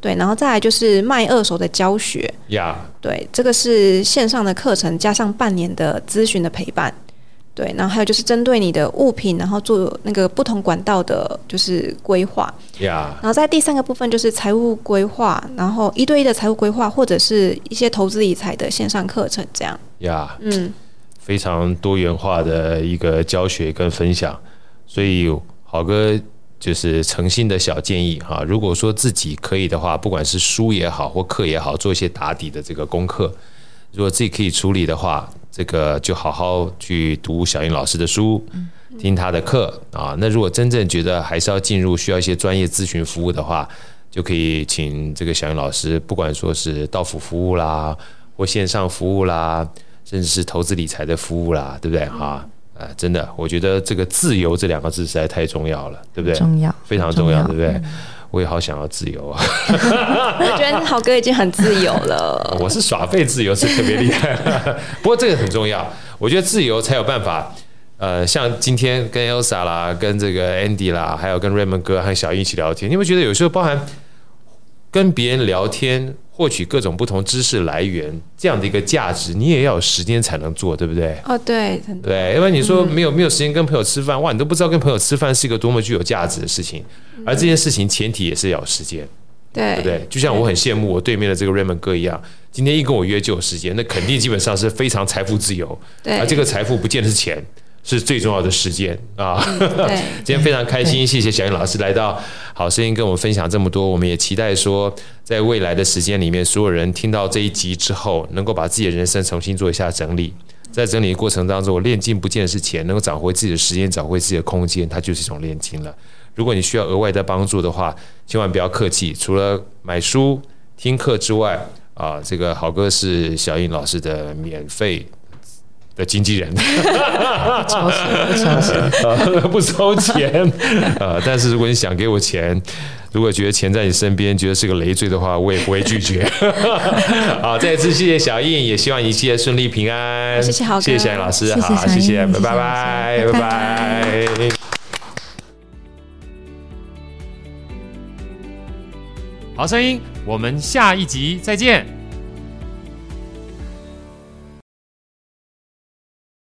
[SPEAKER 5] 对，然后再来就是卖二手的教学，
[SPEAKER 1] 呀，
[SPEAKER 5] 对，这个是线上的课程加上半年的咨询的陪伴。对，然后还有就是针对你的物品，然后做那个不同管道的，就是规划。
[SPEAKER 1] 呀，
[SPEAKER 5] 然后在第三个部分就是财务规划，然后一对一的财务规划，或者是一些投资理财的线上课程，这样。
[SPEAKER 1] 呀，
[SPEAKER 5] 嗯，
[SPEAKER 1] 非常多元化的一个教学跟分享。所以好哥就是诚心的小建议哈、如果说自己可以的话，不管是书也好或课也好，做一些打底的这个功课，如果自己可以处理的话，这个就好好去读小英老师的书，听他的课啊。那如果真正觉得还是要进入需要一些专业咨询服务的话，就可以请这个小英老师，不管说是到府服务啦，或线上服务啦，甚至是投资理财的服务啦，对不对哈？啊，真的，我觉得这个自由这两个字实在太重要了，对不对？
[SPEAKER 2] 重要，
[SPEAKER 1] 非常重要，对不对？我也好想要自由啊！
[SPEAKER 5] 我觉得好哥已经很自由了。
[SPEAKER 1] 我是耍废自由是特别厉害，不过这个很重要，我觉得自由才有办法。呃，像今天跟 Elsa 啦，跟这个 Andy 啦，还有跟 Raymond 哥和小英一起聊天，你有没有觉得有时候包含跟别人聊天，获取各种不同知识来源这样的一个价值，你也要有时间才能做，对不对？
[SPEAKER 5] 哦，对，真的
[SPEAKER 1] 对，要不然你说没有没有时间跟朋友吃饭，哇，你都不知道跟朋友吃饭是一个多么具有价值的事情。而这件事情前提也是要有时间，对
[SPEAKER 5] 对
[SPEAKER 1] 不对？就像我很羡慕我对面的这个 Raymond 哥一样，今天一跟我约就有时间，那肯定基本上是非常财富自由。
[SPEAKER 5] 对
[SPEAKER 1] 而这个财富不见得是钱，是最重要的时间啊。
[SPEAKER 5] 对，
[SPEAKER 1] 今天非常开心，谢谢小英老师来到《好声音》跟我们分享这么多。我们也期待说，在未来的时间里面，所有人听到这一集之后，能够把自己的人生重新做一下整理。在整理的过程当中，我练进不见得是钱，能够找回自己的时间，找回自己的空间，它就是一种练金了。如果你需要额外的帮助的话，千万不要客气。除了买书、听课之外，啊，这个好哥是小英老师的免费的经纪 人。
[SPEAKER 2] 超市不超市，
[SPEAKER 1] 呃，不收钱，呃，但是如果你想给我钱，如果觉得钱在你身边，觉得是个累赘的话，我也不会拒 绝。好，再一次谢谢小印，也希望一切顺利平安。
[SPEAKER 5] 谢谢豪哥
[SPEAKER 1] 谢谢小印老师，
[SPEAKER 2] 谢谢
[SPEAKER 1] 好，
[SPEAKER 2] 小
[SPEAKER 1] 谢
[SPEAKER 2] 印
[SPEAKER 1] 谢，
[SPEAKER 2] 谢谢
[SPEAKER 1] 拜
[SPEAKER 2] 老
[SPEAKER 1] 拜，拜
[SPEAKER 2] 师拜
[SPEAKER 1] 拜
[SPEAKER 2] 拜。
[SPEAKER 1] 好声音，我们下一集再见。